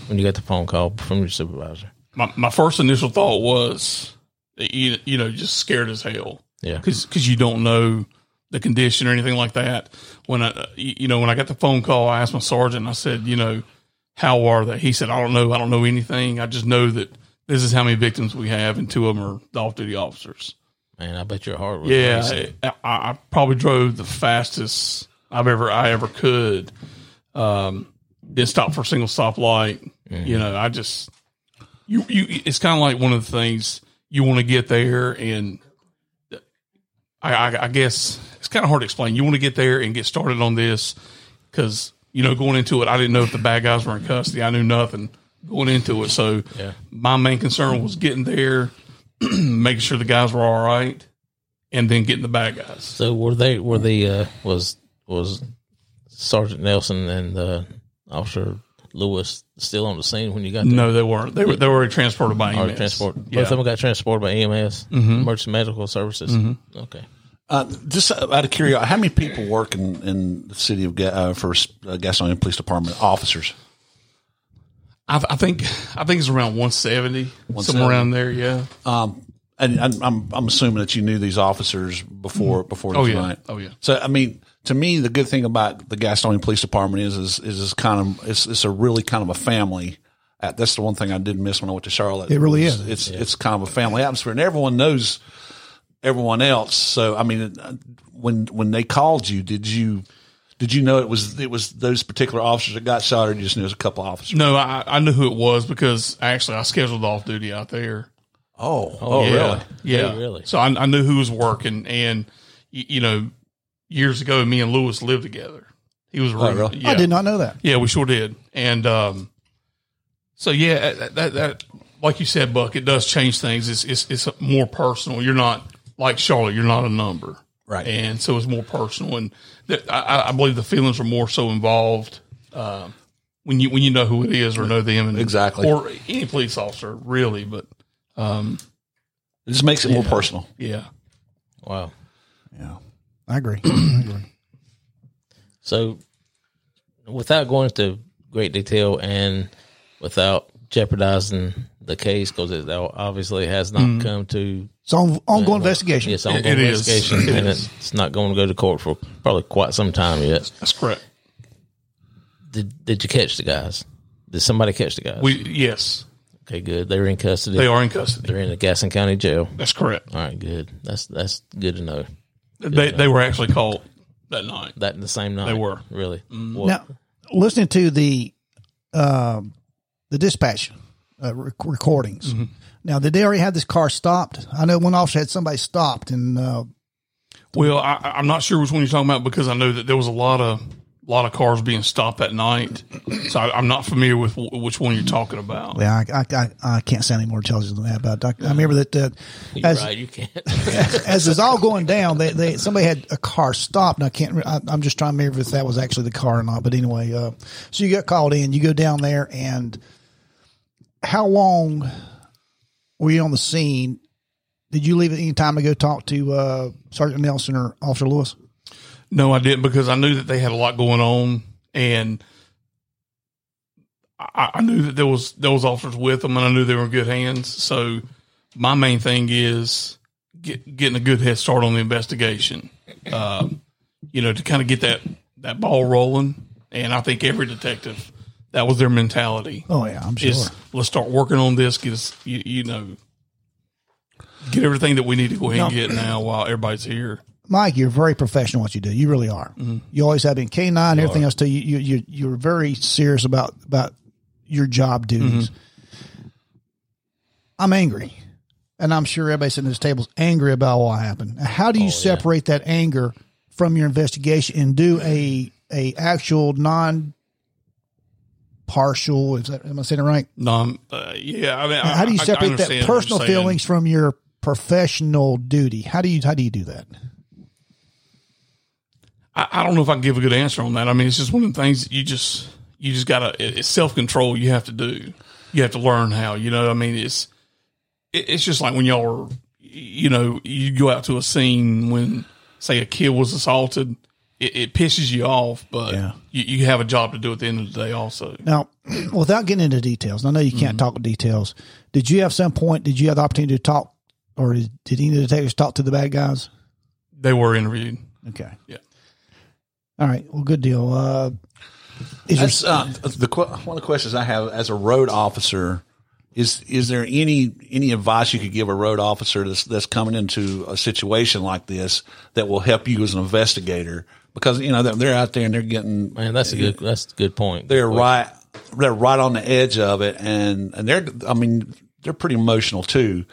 [SPEAKER 3] when you got the phone call from your supervisor?
[SPEAKER 1] My, my first initial thought was, you, you know, just scared as hell.
[SPEAKER 3] Yeah.
[SPEAKER 1] because you don't know the condition or anything like that. When I, you know, when I got the phone call, I asked my sergeant. I said, you know, how are they? He said, I don't know. I don't know anything. I just know that this is how many victims we have, and two of them are the off-duty officers.
[SPEAKER 3] Man, I bet your heart was
[SPEAKER 1] Yeah,
[SPEAKER 3] racing.
[SPEAKER 1] I, I I probably drove the fastest I've ever I ever could. Um, didn't stop for a single stoplight. You know, I just you you. It's kind of like one of the things you want to get there, and I, I, I guess it's kind of hard to explain. You want to get there and get started on this because you know going into it, I didn't know if the bad guys were in custody. I knew nothing going into it, so my main concern was getting there, making sure the guys were all right and then getting the bad guys.
[SPEAKER 3] So were they were the uh, was was Sergeant Nelson and uh, Officer Lewis still on the scene when you got there?
[SPEAKER 1] No, they weren't. They were they were already transported by E
[SPEAKER 3] Or
[SPEAKER 1] EMS.
[SPEAKER 3] transport.
[SPEAKER 1] Yeah. Mm-hmm.
[SPEAKER 3] Both of them got transported by EMS, Emergency Medical Services. Okay.
[SPEAKER 4] Uh, just out of curiosity, how many people work in, in the city of Ga- uh, for uh, Gastonia Police Department officers?
[SPEAKER 1] I, I think I think it's around 170, somewhere around there. Yeah.
[SPEAKER 4] Um, And I'm, I'm I'm assuming that you knew these officers before before
[SPEAKER 1] Oh, yeah.
[SPEAKER 4] tonight.
[SPEAKER 1] Oh, yeah.
[SPEAKER 4] So I mean, to me, the good thing about the Gastonia Police Department is is is, is kind of it's it's a really kind of a family. Uh, That's the one thing I did miss when I went to Charlotte.
[SPEAKER 2] It really
[SPEAKER 4] was-
[SPEAKER 2] is.
[SPEAKER 4] It's it's kind of a family atmosphere, and everyone knows everyone else. So I mean, uh, when when they called you, did you? Did you know it was it was those particular officers that got shot, or you just knew it was a couple officers?
[SPEAKER 1] No, I, I knew who it was because actually I scheduled off duty out there.
[SPEAKER 4] Oh, oh,
[SPEAKER 3] yeah.
[SPEAKER 4] really?
[SPEAKER 1] Yeah.
[SPEAKER 3] Oh, really?
[SPEAKER 1] So I, I knew who was working. And, y- you know, years ago, me and Lewis lived together. He was right.
[SPEAKER 4] really?
[SPEAKER 1] Yeah.
[SPEAKER 2] I did not know that.
[SPEAKER 1] Yeah, we sure did. And um, so yeah, that, that that like you said, Buck, it does change things. It's it's it's more personal. You're not like Charlotte. You're not a number,
[SPEAKER 4] Right.
[SPEAKER 1] And so it's more personal, and th- I- I, I believe the feelings are more so involved um, when you when you know who it is or know them and,
[SPEAKER 4] Exactly.
[SPEAKER 1] or any police officer really. But
[SPEAKER 4] It just makes it more personal.
[SPEAKER 1] yeah,
[SPEAKER 3] Wow.
[SPEAKER 2] Yeah, I agree.
[SPEAKER 3] So, without going into great detail and without jeopardizing the case, because it obviously has not come to
[SPEAKER 2] It's Mm-hmm. on, ongoing investigation.
[SPEAKER 3] its ongoing
[SPEAKER 1] it is.
[SPEAKER 3] investigation,
[SPEAKER 1] It
[SPEAKER 3] and
[SPEAKER 1] is.
[SPEAKER 3] it's not going to go to court for probably quite some time yet.
[SPEAKER 1] that's correct.
[SPEAKER 3] Did Did you catch the guys? Did somebody catch the guys?
[SPEAKER 1] We yes,
[SPEAKER 3] okay, good. They're in custody.
[SPEAKER 1] they are in custody.
[SPEAKER 3] They're in the Gaston County Jail.
[SPEAKER 1] That's correct.
[SPEAKER 3] All right, good. That's that's good to know.
[SPEAKER 1] They they were actually caught that night.
[SPEAKER 3] That in the same night
[SPEAKER 1] They were.
[SPEAKER 3] really. Well,
[SPEAKER 2] Mm-hmm. Now, listening to the um, the dispatch uh, rec- recordings. Now, did they already have this car stopped? I know one officer had somebody stopped, and uh,
[SPEAKER 1] Well, I, I- I'm not sure which one you're talking about because I know that there was a lot of lot of cars being stopped that night, so I, I'm not familiar with wh- which one you're talking about.
[SPEAKER 2] well, I, I, I, I can't sound any more intelligent than that. But I, I remember that uh,
[SPEAKER 3] you're
[SPEAKER 2] as
[SPEAKER 3] right, you can't.
[SPEAKER 2] as it's all going down, they, they somebody had a car stopped. And I can't. re- I, I'm just trying to remember if that was actually the car or not. But anyway, uh, so you got called in. You go down there, and how long were you on the scene? Did you leave at any time to go talk to uh, Sergeant Nelson or Officer Lewis?
[SPEAKER 1] No, I didn't because I knew that they had a lot going on, and I, I knew that there was there was officers with them, and I knew they were in good hands. So my main thing is get, getting a good head start on the investigation. Um, you know, to kind of get that that ball rolling, and I think every detective that was their mentality.
[SPEAKER 2] Oh yeah, I'm sure.
[SPEAKER 1] Is let's start working on this. Get us, you, you know, get everything that we need to go ahead and get now while everybody's here.
[SPEAKER 2] Mike, you're very professional at what you do. You really are.
[SPEAKER 1] Mm-hmm.
[SPEAKER 2] You always have been K nine, everything else. Too. You, you you you're very serious about about your job duties.
[SPEAKER 1] Mm-hmm.
[SPEAKER 2] I'm angry, and I'm sure everybody sitting at this table is angry about what happened. How
[SPEAKER 1] Oh,
[SPEAKER 2] do you separate that anger from your investigation and do a a actual non partial? Is that am I saying it right?
[SPEAKER 1] No, uh, yeah. I mean, I-
[SPEAKER 2] How do you
[SPEAKER 1] I- I
[SPEAKER 2] separate
[SPEAKER 1] understand
[SPEAKER 2] that
[SPEAKER 1] what you're
[SPEAKER 2] personal
[SPEAKER 1] saying.
[SPEAKER 2] feelings from your professional duty? How do you how do you do that?
[SPEAKER 1] I, I don't know if I can give a good answer on that. I mean, it's just one of the things that you just you just gotta it- it's self control. You have to do. You have to learn how. You know, I mean, it's it, it's just like when y'all were, you know, you go out to a scene when say a kid was assaulted. It, it pisses you off, but
[SPEAKER 2] Yeah.
[SPEAKER 1] you, you have a job to do at the end of the day, also.
[SPEAKER 2] Now, without getting into details, and I know you can't talk details. Did you have some point? Did you have the opportunity to talk, or did any of the detectives talk to the bad guys?
[SPEAKER 1] They were interviewed.
[SPEAKER 2] Okay.
[SPEAKER 1] Yeah.
[SPEAKER 2] All right. Well, good deal. Uh, is there,
[SPEAKER 4] That's uh, the que- one of the questions I have as a road officer is is there any any advice you could give a road officer that's that's coming into a situation like this that will help you as an investigator because you know they're, they're out there and they're getting
[SPEAKER 3] Man, that's a good that's a good point.
[SPEAKER 4] they're right they're right on the edge of it and and they're I mean they're pretty emotional too.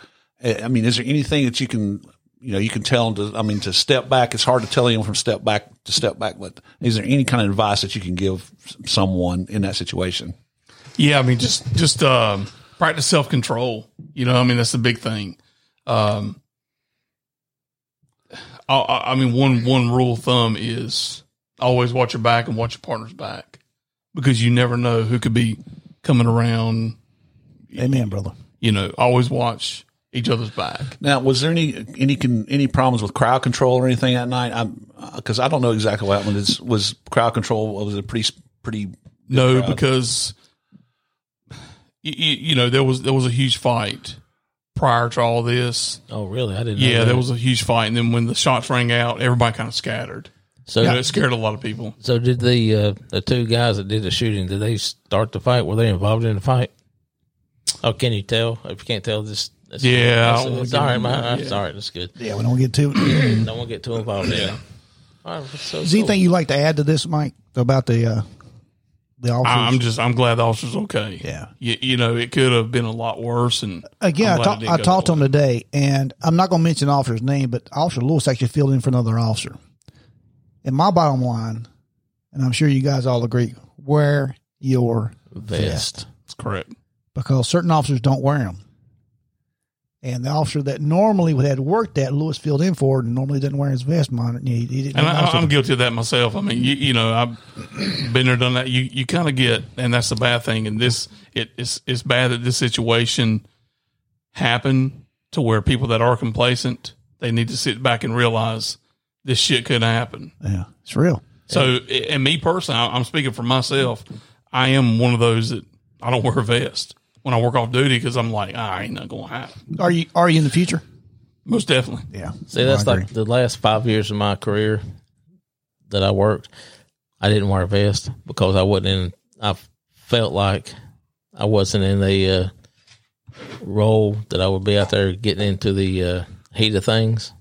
[SPEAKER 4] I I mean, is there anything that you can you know you can tell them to I mean to step back? It's hard to tell anyone from step back to step back, but is there any kind of advice that you can give s- someone in that situation?
[SPEAKER 1] Yeah, I mean, just just um, practice self control. You know, I mean, that's the big thing. Um, I- I, I mean, one one rule of thumb is always watch your back and watch your partner's back because you never know who could be coming around.
[SPEAKER 2] amen, brother.
[SPEAKER 1] You know, always watch each other's back.
[SPEAKER 4] Now, was there any any con, any problems with crowd control or anything that night? Because I don't know exactly what happened. It's, was crowd control was it pretty s- pretty?
[SPEAKER 1] No, because you, you know there was there was a huge fight prior to all this.
[SPEAKER 3] oh, really? I didn't. know
[SPEAKER 2] uh,
[SPEAKER 1] Yeah,
[SPEAKER 3] that.
[SPEAKER 1] there was a huge fight, and then when the shots rang out, everybody kind of scattered.
[SPEAKER 3] So,
[SPEAKER 1] You know, it scared a lot of people.
[SPEAKER 3] so did the uh, the two guys that did the shooting? Did they start the fight? Were they involved in the fight? Oh, can you tell? If you can't tell, this. That's
[SPEAKER 1] Yeah, I don't
[SPEAKER 3] that's, it's
[SPEAKER 1] wanna
[SPEAKER 3] all
[SPEAKER 1] get
[SPEAKER 3] right.
[SPEAKER 1] into
[SPEAKER 3] Man,
[SPEAKER 1] that,
[SPEAKER 3] That's all right. That's good.
[SPEAKER 2] Yeah, we don't get too. Is
[SPEAKER 3] Don't want to get too involved. in it. All right. So
[SPEAKER 2] there anything you'd like to add to this, Mike, about the uh, the officers?
[SPEAKER 1] I- I'm just I'm glad the officer's okay.
[SPEAKER 2] Yeah.
[SPEAKER 1] you, you know it could have been a lot worse. And
[SPEAKER 2] Again,
[SPEAKER 1] I'm
[SPEAKER 2] I,
[SPEAKER 1] glad it
[SPEAKER 2] talk,
[SPEAKER 1] didn't
[SPEAKER 2] I
[SPEAKER 1] go
[SPEAKER 2] talked to
[SPEAKER 1] that
[SPEAKER 2] him
[SPEAKER 1] way.
[SPEAKER 2] today, and I'm not going to mention the officer's name, but Officer Lewis actually filled in for another officer. And my bottom line, and I'm sure you guys all agree, wear your
[SPEAKER 3] Vest.
[SPEAKER 2] vest
[SPEAKER 1] That's correct.
[SPEAKER 2] because certain officers don't wear them. And the officer that normally would had worked that Lewis filled in for normally didn't wear his vest. Monitor, he, he didn't.
[SPEAKER 1] And I, I'm guilty of that myself. I mean, you, you know, I've been there, done that. You you kind of get, and that's the bad thing. And this it, it's it's bad that this situation happened to where people that are complacent they need to sit back and realize this shit could happen.
[SPEAKER 2] yeah, it's real.
[SPEAKER 1] So, and me personally, I- I'm speaking for myself. I am one of those that I don't wear a vest when I work off duty because I'm like, I ain't not gonna happen.
[SPEAKER 2] Are you are you in the future?
[SPEAKER 1] Most definitely.
[SPEAKER 2] Yeah.
[SPEAKER 3] See, that's
[SPEAKER 2] I agree.
[SPEAKER 3] like the last five years of my career that I worked. I didn't wear a vest because I wasn't in. I felt like I wasn't in the uh, role that I would be out there getting into the uh, heat of things.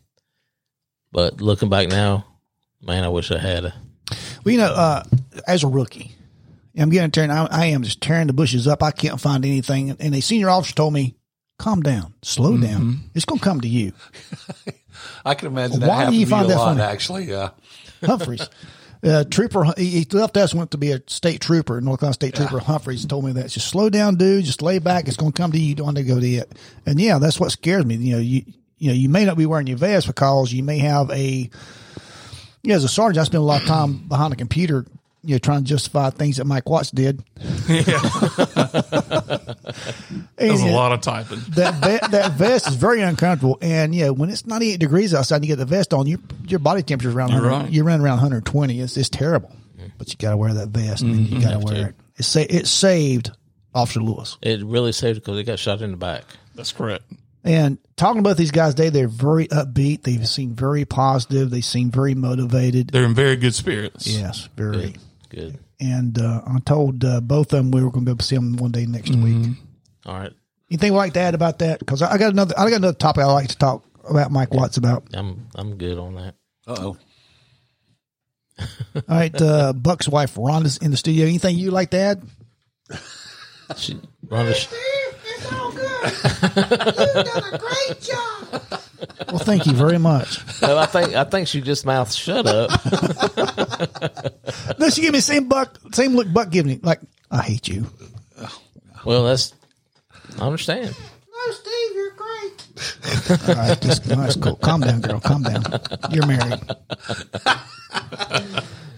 [SPEAKER 3] But looking back now, man, I wish I had a.
[SPEAKER 2] Well, you know, uh, as a rookie, I'm getting tearing. I, I am just tearing the bushes up. I can't find anything. And a senior officer told me, "Calm down, slow
[SPEAKER 1] Mm-hmm.
[SPEAKER 2] down. It's going to come to you."
[SPEAKER 4] I can imagine that
[SPEAKER 2] Why do
[SPEAKER 4] happened
[SPEAKER 2] you
[SPEAKER 4] to
[SPEAKER 2] find
[SPEAKER 4] me a
[SPEAKER 2] that
[SPEAKER 4] lot.
[SPEAKER 2] funny?
[SPEAKER 4] Actually, yeah.
[SPEAKER 2] Humphreys, uh, trooper, he, he left us went to be a state trooper, North Carolina state trooper. Humphreys told me that just slow down, dude. Just lay back. It's going to come to you. You don't want to go to it. And yeah, that's what scares me. You know, you you know, you may not be wearing your vest because you may have a. Yeah, as a sergeant, I spend a lot of time behind a computer, you know, trying to justify things that Mike Watts did.
[SPEAKER 1] There's a
[SPEAKER 2] And, uh,
[SPEAKER 1] lot of typing.
[SPEAKER 2] that ve- that vest is very uncomfortable, and yeah, when it's ninety eight degrees outside, and you get the vest on, your your body temperature is around
[SPEAKER 1] You're
[SPEAKER 2] 100,
[SPEAKER 1] right.
[SPEAKER 2] you run around one hundred twenty. It's it's terrible, but you got to wear that vest. and
[SPEAKER 1] Mm-hmm.
[SPEAKER 2] you got to wear it. It, sa- it saved Officer Lewis.
[SPEAKER 3] It really saved because he got shot in the back.
[SPEAKER 1] That's correct.
[SPEAKER 2] And talking about these guys today, they're very upbeat. They seem very positive. They seem very motivated.
[SPEAKER 1] They're in very good spirits.
[SPEAKER 2] yes, very.
[SPEAKER 3] Good.
[SPEAKER 2] And uh, I told uh, both of them we were going to go see them one day next
[SPEAKER 1] Mm-hmm.
[SPEAKER 2] week.
[SPEAKER 3] All right.
[SPEAKER 2] Anything like that about that? Because I I got another. I got another topic I like to talk about. Mike Watts about.
[SPEAKER 3] I'm I'm good on that.
[SPEAKER 4] Uh oh.
[SPEAKER 2] All right, uh, Buck's wife Rhonda's in the studio. Anything you like to add?
[SPEAKER 3] She, Rhonda,
[SPEAKER 5] It's all good. You've done a great job.
[SPEAKER 2] Well, thank you very much.
[SPEAKER 3] no, I think I think she just mouth shut up.
[SPEAKER 2] no, she gave me the same buck, same look Buck gave me. Like, I hate you.
[SPEAKER 3] well, that's I understand.
[SPEAKER 5] No, Steve, you're great.
[SPEAKER 2] All right, that's, that's cool. Calm down, girl. Calm down. You're married.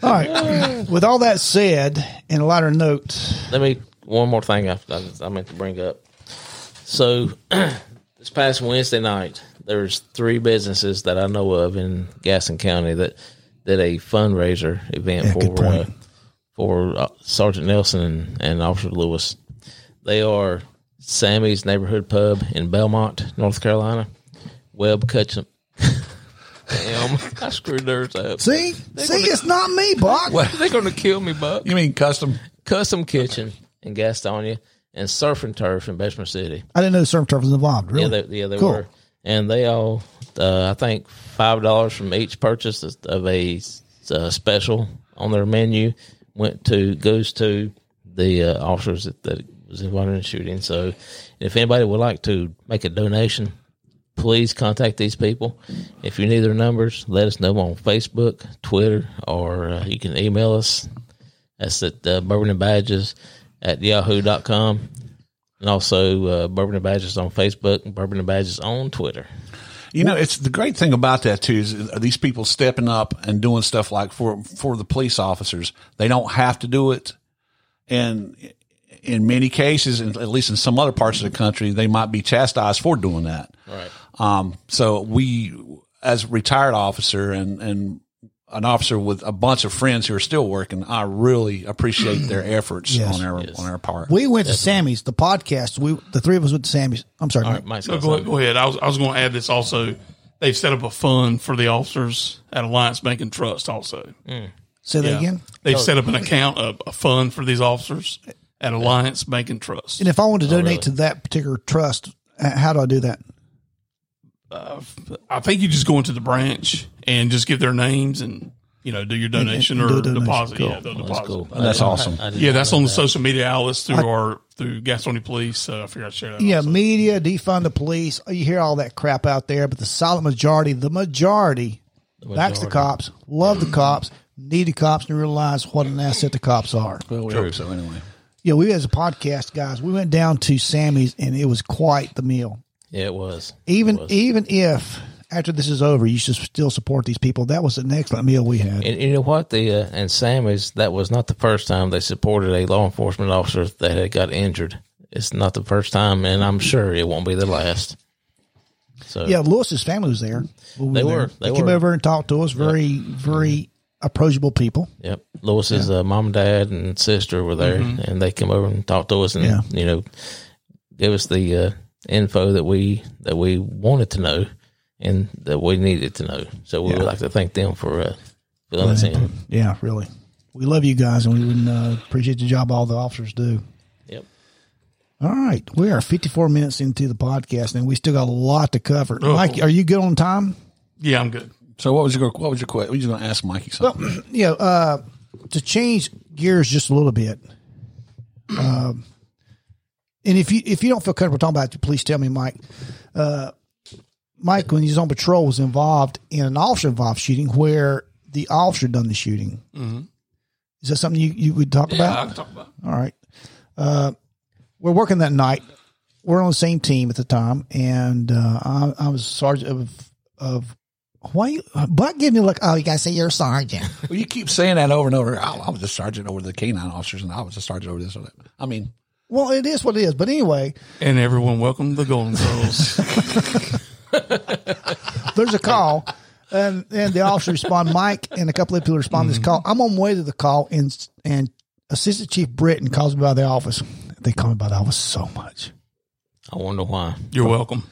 [SPEAKER 2] All right. With all that said, and a lighter note,
[SPEAKER 3] Let me one more thing I, I, I meant to bring up. So this past Wednesday night, there's three businesses that I know of in Gaston County that did a fundraiser event
[SPEAKER 2] Yeah, good
[SPEAKER 3] for uh,
[SPEAKER 2] point.
[SPEAKER 3] for uh, Sergeant Nelson and, and Officer Lewis. They are Sammy's Neighborhood Pub in Belmont, North Carolina. Webb Cutchum. Damn, I screwed theirs up.
[SPEAKER 2] see, see, it's not me, Buck.
[SPEAKER 3] They're gonna kill me, Buck.
[SPEAKER 4] You mean custom?
[SPEAKER 3] Custom Kitchen in Gastonia and Surf and Turf in Bessemer City.
[SPEAKER 2] I didn't know Sergeant Turf was involved. Really?
[SPEAKER 3] Yeah, they, yeah, they
[SPEAKER 2] cool.
[SPEAKER 3] were. And they all, uh, I think, five dollars from each purchase of a uh, special on their menu went to goes to the uh, officers that, that was involved in the shooting. So, if anybody would like to make a donation, please contact these people. If you need their numbers, let us know on Facebook, Twitter, or uh, you can email us. That's at uh, bourbon and badges at yahoo.com. And also uh, Bourbon and Badges on Facebook and Bourbon and Badges on Twitter.
[SPEAKER 4] You know, it's the great thing about that too is these people stepping up and doing stuff like for for the police officers. They don't have to do it, and in many cases, and at least in some other parts of the country, they might be chastised for doing that.
[SPEAKER 3] Right.
[SPEAKER 4] Um, so we, as a retired officer and and an officer with a bunch of friends who are still working, I really appreciate their efforts
[SPEAKER 2] Yes.
[SPEAKER 4] on our on our part.
[SPEAKER 2] We went to Sammy's, the podcast. We the three of us went to Sammy's. I'm sorry.
[SPEAKER 3] All right, Mike's
[SPEAKER 1] No,
[SPEAKER 3] got
[SPEAKER 1] go, ahead,
[SPEAKER 3] something.
[SPEAKER 1] go ahead. I was, I was going to add this also. They've set up a fund for the officers at Alliance Bank and Trust also.
[SPEAKER 2] Say that
[SPEAKER 1] Yeah.
[SPEAKER 2] again.
[SPEAKER 1] They've set up an account, a, a fund for these officers at Alliance Bank and Trust.
[SPEAKER 2] And if I want to donate
[SPEAKER 3] Oh, really?
[SPEAKER 2] to that particular trust, h- how do I do that?
[SPEAKER 1] I think you just go into the branch and just give their names and, you know, do your donation
[SPEAKER 2] and do
[SPEAKER 1] or
[SPEAKER 2] a donation.
[SPEAKER 1] deposit.
[SPEAKER 2] Cool.
[SPEAKER 1] Yeah, they'll
[SPEAKER 3] That's
[SPEAKER 1] deposit.
[SPEAKER 3] cool.
[SPEAKER 4] That's awesome.
[SPEAKER 3] I did
[SPEAKER 1] Yeah,
[SPEAKER 3] not
[SPEAKER 1] that's
[SPEAKER 3] know
[SPEAKER 1] on the
[SPEAKER 3] that.
[SPEAKER 1] social media outlets through our through Gastonia Police. So I figured I'd share that.
[SPEAKER 2] Yeah,
[SPEAKER 1] also.
[SPEAKER 2] media, defund the police. Oh, You hear all that crap out there, but the solid majority, the majority, backs the
[SPEAKER 3] majority.
[SPEAKER 2] cops, love the cops, need the cops, and realize what an asset the cops are.
[SPEAKER 4] Well, we hope so anyway.
[SPEAKER 2] Yeah, we as a podcast guys, we went down to Sammy's and it was quite the meal.
[SPEAKER 3] Yeah, it was.
[SPEAKER 2] Even even if after this is over, you should still support these people. That was an excellent meal we had.
[SPEAKER 3] And you know what? The uh, and Sammy's that was not the first time they supported a law enforcement officer that had got injured. It's not the first time, and I'm sure it won't be the last. So
[SPEAKER 2] Yeah, Lewis's family was there. when we
[SPEAKER 3] They
[SPEAKER 2] there.
[SPEAKER 3] were, they
[SPEAKER 2] They, came
[SPEAKER 3] were.
[SPEAKER 2] over and talked to us. Very, very approachable people.
[SPEAKER 3] Yep. Lewis's uh, mom, dad, and sister were there, and they came over and talked to us, and
[SPEAKER 2] Yeah.
[SPEAKER 3] you know, gave us the uh, info that we that we wanted to know and that we needed to know. So we would like to thank them for uh, filling us in.
[SPEAKER 2] Yeah, really. We love you guys, and we would uh, appreciate the job all the officers do.
[SPEAKER 3] Yep.
[SPEAKER 2] All right, we are 54 minutes into the podcast, and we still got a lot to cover. Mike, are you good on time?
[SPEAKER 1] yeah, I'm good.
[SPEAKER 4] So what was your what was your question? You going to ask Mikey something?
[SPEAKER 2] Yeah. Uh, to change gears just a little bit, um, and if you if you don't feel comfortable talking about it, please tell me, Mike. Uh, Mike, when he was on patrol, was involved in an officer involved shooting where the officer done the shooting. Is that something you, you would talk
[SPEAKER 1] I
[SPEAKER 2] about?
[SPEAKER 1] can talk about.
[SPEAKER 2] All right. Uh, we're working that night. We're on the same team at the time, and uh, I, I was sergeant of of Why you, Buck gave me like, oh, you gotta say you're a sergeant.
[SPEAKER 4] Well, you keep saying that over and over. I, I was a sergeant over the canine officers, and I was a sergeant over this or that. I mean,
[SPEAKER 2] well, it is what it is. But anyway,
[SPEAKER 1] And everyone, welcome to the Golden Girls.
[SPEAKER 2] there's a call, and and the officer respond. Mike and a couple of people respond to this call. I'm on my way to the call, and and Assistant Chief Britton calls me by the office. They call me by the office so much.
[SPEAKER 3] I wonder why.
[SPEAKER 1] You're welcome.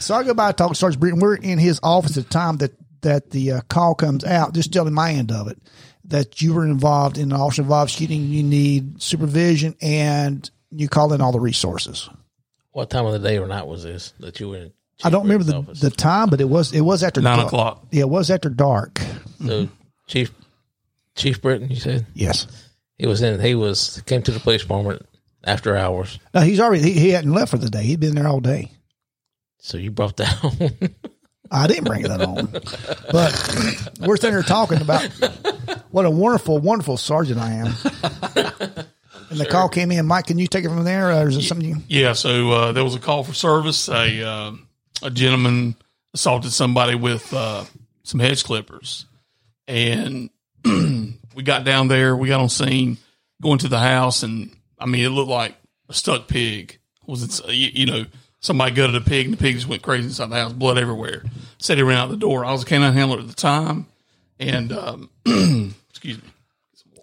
[SPEAKER 2] So I go by and talk to Sergeant Britton. We're in his office at the time that that the uh, call comes out. Just telling my end of it that you were involved in an officer involved shooting. You need supervision, and you call in all the resources.
[SPEAKER 3] What time of the day or night was this that you were in?
[SPEAKER 2] I don't remember the,
[SPEAKER 3] Chief Britton's
[SPEAKER 2] the time, but it was it was after
[SPEAKER 1] Nine
[SPEAKER 2] dark.
[SPEAKER 1] o'clock.
[SPEAKER 2] Yeah, it was after dark.
[SPEAKER 3] office? So Chief Chief Britton, you said
[SPEAKER 2] Yes.
[SPEAKER 3] he was in. He was came to the police department after hours.
[SPEAKER 2] No, he's already he, he hadn't left for the day. He'd been there all day.
[SPEAKER 3] So you brought that home.
[SPEAKER 2] I didn't bring that on, but we're sitting here talking about what a wonderful, wonderful sergeant I am. And the call came in. Mike, can you take it from there, or is it something you?
[SPEAKER 1] Yeah, so uh, there was a call for service. A uh, a gentleman assaulted somebody with uh, some hedge clippers, and we got down there. We got on scene, going to the house, and I mean, it looked like a stuck pig. Was it you, you know somebody gutted a pig, and the pig just went crazy inside the house, blood everywhere. Said he ran out the door. I was a canine handler at the time, and um, excuse me,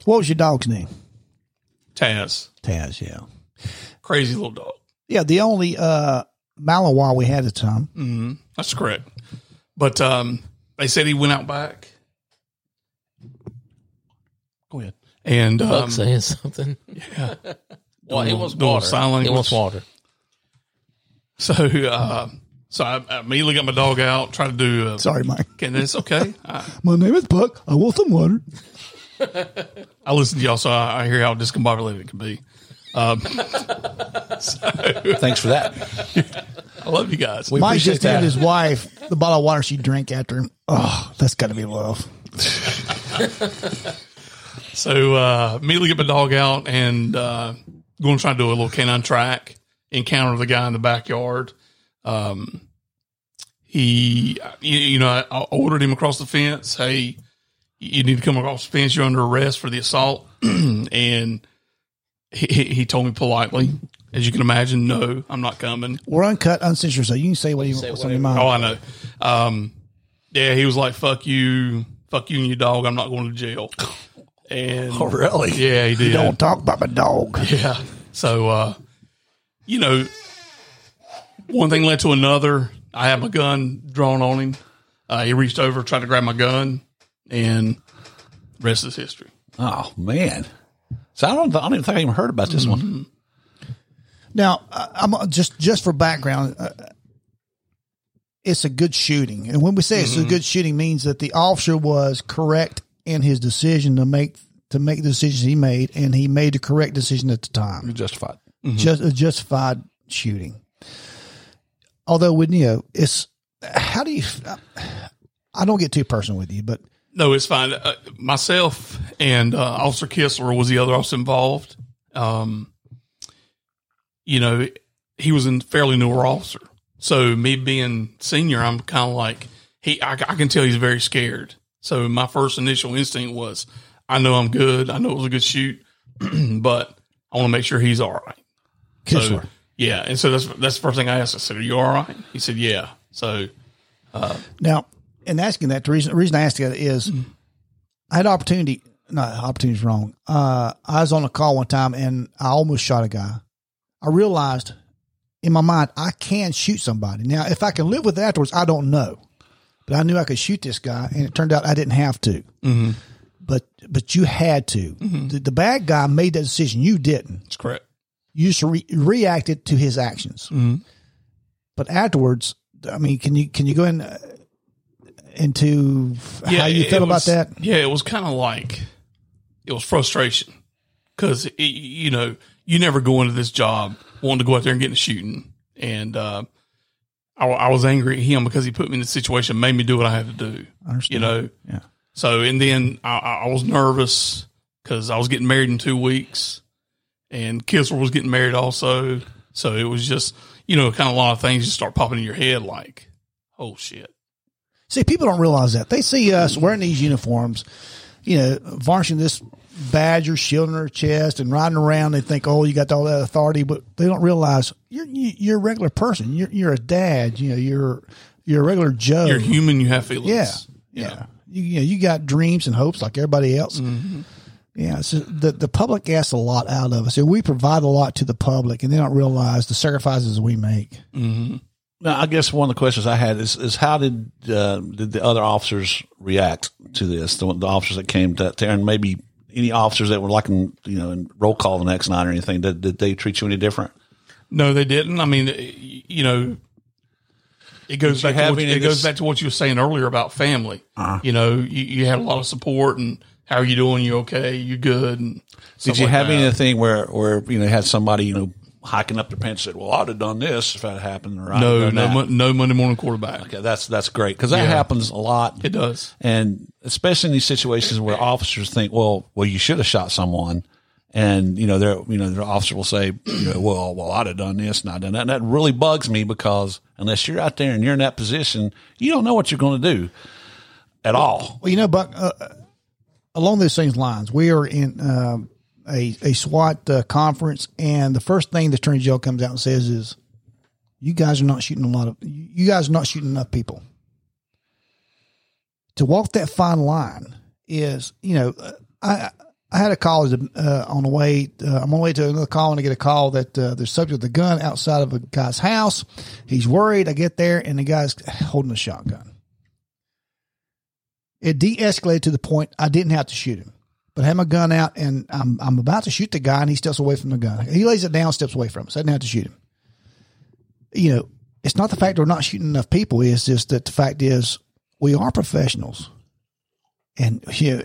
[SPEAKER 2] What was your dog's name?
[SPEAKER 1] Taz,
[SPEAKER 2] Taz. Yeah,
[SPEAKER 1] crazy little dog.
[SPEAKER 2] yeah. The only uh, Malinois we had at the time.
[SPEAKER 1] That's correct. But um, they said he went out back. Go ahead. And
[SPEAKER 3] Buck
[SPEAKER 1] um,
[SPEAKER 3] saying something. Yeah. well, it was
[SPEAKER 1] doing
[SPEAKER 3] water.
[SPEAKER 1] sign
[SPEAKER 3] It
[SPEAKER 1] language.
[SPEAKER 3] was water.
[SPEAKER 1] so, uh, so I, I immediately got my dog out, tried to do. Uh,
[SPEAKER 2] Sorry, Mike.
[SPEAKER 1] and it's okay. I,
[SPEAKER 2] My name is Buck. I want some water.
[SPEAKER 1] I listen to y'all, so I, I hear how discombobulated it can be.
[SPEAKER 4] thanks for that.
[SPEAKER 1] I love you guys.
[SPEAKER 4] We
[SPEAKER 2] Mike
[SPEAKER 4] appreciate
[SPEAKER 2] just handed
[SPEAKER 4] that.
[SPEAKER 2] his wife the bottle of water she drank after him. Oh, that's got to be love.
[SPEAKER 1] So uh, immediately get my dog out and uh, going to try to do a little canine track. Encounter the guy in the backyard. Um, he, you, you know, I, I ordered him across the fence. Hey, you need to come across the fence. You're under arrest for the assault. and he, he he told me politely, as you can imagine, no, I'm not coming.
[SPEAKER 2] We're uncut, uncensored, so you can say what you want. What's on your mind?
[SPEAKER 1] Oh, I know. Um, yeah, he was like, "Fuck you, fuck you and your dog. I'm not going to jail." And
[SPEAKER 4] Oh, really?
[SPEAKER 1] yeah, he did.
[SPEAKER 2] Don't talk about my dog.
[SPEAKER 1] Yeah. So, uh, you know, one thing led to another. I had my gun drawn on him. Uh, he reached over, tried to grab my gun, and rest is history.
[SPEAKER 4] Oh man. So I don't. I don't even think I even heard about this one.
[SPEAKER 2] Now, I- I'm uh, just just for background. Uh, it's a good shooting, and when we say it's a good shooting, means that the officer was correct in his decision to make to make the decisions he made, and he made the correct decision at the time.
[SPEAKER 4] Justified.
[SPEAKER 2] Just a justified shooting. Although, when you know, it's how do you? I don't get too personal with you, but
[SPEAKER 1] No, it's fine. Uh, myself and uh, Officer Kistler was the other officer involved. Um, you know, he was a fairly newer officer. So me being senior, I'm kind of like he. I, I can tell he's very scared. So my first initial instinct was, I know I'm good. I know it was a good shoot, but I want to make sure he's all right. So,
[SPEAKER 2] Kistler.
[SPEAKER 1] yeah, and so that's that's the first thing I asked. I said, "Are you all right?" He said, "Yeah." So
[SPEAKER 2] Now, in asking that, the reason, the reason I asked that is I had opportunity. No, opportunity's wrong. Uh, I was on a call one time and I almost shot a guy. I realized in my mind I can shoot somebody. Now, if I can live with it afterwards, I don't know. But I knew I could shoot this guy, and it turned out I didn't have to. But but you had to. The, the bad guy made that decision. You didn't
[SPEAKER 1] it's correct.
[SPEAKER 2] you just re- reacted to his actions.
[SPEAKER 1] Mm-hmm.
[SPEAKER 2] But afterwards, I mean, can you can you go in uh, into how you
[SPEAKER 1] it-
[SPEAKER 2] feel
[SPEAKER 1] it
[SPEAKER 2] about
[SPEAKER 1] was-
[SPEAKER 2] that?
[SPEAKER 1] Yeah, it was kind of like it was frustration because you know you never go into this job wanting to go out there and get in a shooting, and uh, I, I was angry at him because he put me in the situation, made me do what I had to do.
[SPEAKER 2] I understand.
[SPEAKER 1] You know,
[SPEAKER 2] Yeah.
[SPEAKER 1] So and then I, I I was nervous because I was getting married in two weeks, and Kissel was getting married also. So it was just, you know, kind of a lot of things just start popping in your head like, oh shit.
[SPEAKER 2] See, people don't realize that. They see us wearing these uniforms, you know, varnishing this badge or shield on our chest and riding around. They think, oh, you got all that authority, but they don't realize you're you- you're a regular person. You're you're a dad. You know, you're you're a regular Joe.
[SPEAKER 1] You're human, you have feelings.
[SPEAKER 2] yeah, yeah. You, you know, you got dreams and hopes like everybody else. Yeah, so the the public asks a lot out of us, and we provide a lot to the public, and they don't realize the sacrifices we make.
[SPEAKER 4] Now, I guess one of the questions I had is, is how did uh, did the other officers react to this? The, the officers that came to there, and maybe any officers that were like in you know in roll call the next night or anything, did, did they treat you any different?
[SPEAKER 1] No, they didn't. I mean, y- you know, it goes
[SPEAKER 4] Did you
[SPEAKER 1] back to
[SPEAKER 4] have
[SPEAKER 1] what,
[SPEAKER 4] any
[SPEAKER 1] it
[SPEAKER 4] of
[SPEAKER 1] goes
[SPEAKER 4] this- Uh-huh.
[SPEAKER 1] back to what you were saying earlier about family. You know, you, you had a lot of support and how are you doing? You okay? You good? And
[SPEAKER 4] Did
[SPEAKER 1] stuff
[SPEAKER 4] you
[SPEAKER 1] like
[SPEAKER 4] have
[SPEAKER 1] that.
[SPEAKER 4] anything where where you know had somebody you know hiking up their pants and said, "Well, I'd have done this if that happened." Or I'd have
[SPEAKER 1] No,
[SPEAKER 4] done
[SPEAKER 1] no,
[SPEAKER 4] that."
[SPEAKER 1] mon- no Monday morning quarterback.
[SPEAKER 4] Okay, that's that's great because that happens a lot.
[SPEAKER 1] It does.
[SPEAKER 4] and especially in these situations where officers think, well, well, you should have shot someone, and you know, their you know, their officer will say, you know, well, well, I'd have done this and I done that. And that really bugs me because unless you're out there and you're in that position, you don't know what you're going to do at all.
[SPEAKER 2] Well, you know, Buck, uh, along those same lines, we are in um, a, a SWAT uh, conference, and the first thing the attorney general comes out and says is, you guys are not shooting a lot of, you guys are not shooting enough people. To walk that fine line is, you know, uh, I, I had a call uh, on the way. Uh, I'm on the way to another call, and I get a call that uh, there's subject with a gun outside of a guy's house. He's worried. I get there, and the guy's holding a shotgun. It de-escalated to the point I didn't have to shoot him, but I had my gun out and I'm I'm about to shoot the guy, and he steps away from the gun. He lays it down, steps away from us. I didn't have to shoot him. You know, it's not the fact we're not shooting enough people. It's just that the fact is we are professionals, and you know,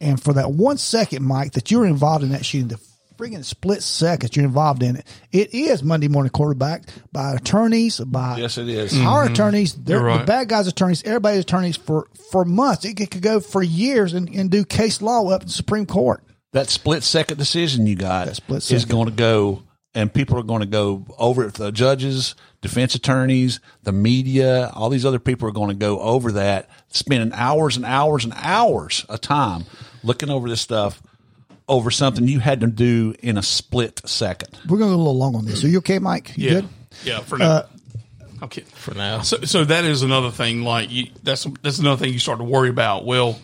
[SPEAKER 2] and for that one second, Mike, that you're involved in that shooting, the friggin' split second you're involved in it, it is Monday morning quarterback by attorneys, by
[SPEAKER 4] Yes, it is.
[SPEAKER 2] our attorneys, they're
[SPEAKER 1] Mm-hmm. You're
[SPEAKER 2] the
[SPEAKER 1] right.
[SPEAKER 2] bad guys' attorneys, everybody's attorneys for for months. It could could go for years and, and do case law up in the Supreme Court.
[SPEAKER 4] That split second decision you got
[SPEAKER 2] split
[SPEAKER 4] is
[SPEAKER 2] second.
[SPEAKER 4] going to go, and people are going to go over it. The judges, defense attorneys, the media, all these other people are going to go over that, spending hours and hours and hours of time looking over this stuff over something you had to do in a split second.
[SPEAKER 2] We're going to go a little long on this. Are you okay, Mike? You
[SPEAKER 1] Yeah.
[SPEAKER 2] good?
[SPEAKER 1] Yeah. For now.
[SPEAKER 4] Uh,
[SPEAKER 1] I'm kidding.
[SPEAKER 3] for now.
[SPEAKER 1] So, so that is another thing. Like you, that's that's another thing you start to worry about. Well,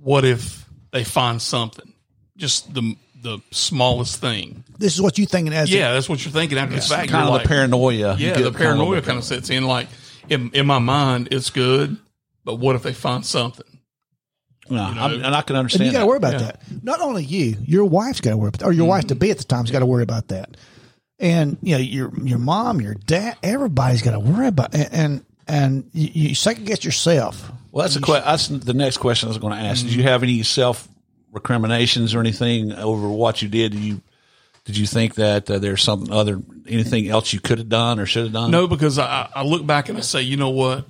[SPEAKER 1] what if they find something? Just the the smallest thing.
[SPEAKER 2] This is what you thinking as a-
[SPEAKER 1] Yeah, that's what you're thinking after the fact.
[SPEAKER 4] Kind
[SPEAKER 1] You're
[SPEAKER 4] of
[SPEAKER 1] like,
[SPEAKER 4] the paranoia. you
[SPEAKER 1] Yeah,
[SPEAKER 4] get
[SPEAKER 1] the
[SPEAKER 4] kind of
[SPEAKER 1] paranoia
[SPEAKER 4] with
[SPEAKER 1] kind of sets in. Like in in my mind, it's good, but what if they find something?
[SPEAKER 4] it. No, I'm- and I can
[SPEAKER 2] and
[SPEAKER 4] understand.
[SPEAKER 2] you got to
[SPEAKER 4] that.
[SPEAKER 2] worry about that. Not only you, your wife's got to worry about that, or your
[SPEAKER 1] Mm-hmm.
[SPEAKER 2] wife to be at the time's got to worry about that. And you know your your mom, your dad, everybody's got to worry about and and, and you, you second guess yourself.
[SPEAKER 4] Well, that's, a que- that's the next question I was going to ask. Did you have any self recriminations or anything over what you did? Did you did you think that uh, there's something other anything else you could have done or should have done?
[SPEAKER 1] No, because I, I look back and I say, you know what?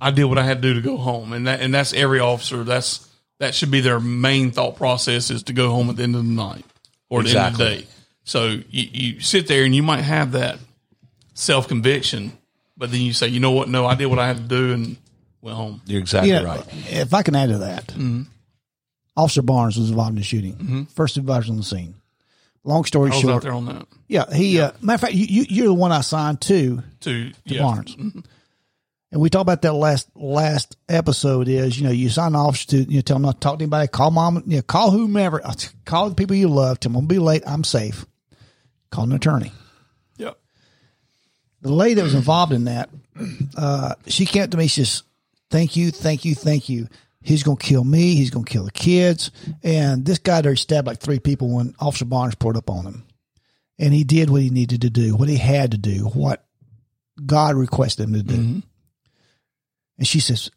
[SPEAKER 1] I did what I had to do to go home, and that and that's every officer. That's that should be their main thought process is to go home at the end of the night or at the end of
[SPEAKER 4] Exactly.
[SPEAKER 1] the day. So you, you sit there and you might have that self conviction, but then you say, you know what? No, I did what I had to do and went home.
[SPEAKER 4] You're exactly
[SPEAKER 2] Yeah,
[SPEAKER 4] right.
[SPEAKER 2] If I can add to that,
[SPEAKER 1] Mm-hmm.
[SPEAKER 2] Officer Barnes was involved in the shooting. First supervisor on the scene. Long story
[SPEAKER 1] I was out
[SPEAKER 2] short,
[SPEAKER 1] there on that
[SPEAKER 2] yeah, he. Uh, matter of fact, you, you you're the one I signed to
[SPEAKER 1] to,
[SPEAKER 2] to
[SPEAKER 1] yeah. Mm-hmm.
[SPEAKER 2] Barnes, and we talked about that last last episode. Is you know you sign an officer to you know, tell them not to talk to anybody, call mom, you know, call whomever, uh, call the people you love. Tell them I'm gonna be late, I'm safe. Call an attorney
[SPEAKER 1] Yep.
[SPEAKER 2] the lady that was involved in that, uh, she came up to me. She says, "Thank you, thank you, thank you." He's gonna kill me. He's gonna kill the kids. And this guy there stabbed like three people when Officer Barnes poured up on him, and he did what he needed to do, what he had to do, what God requested him to do. And she says,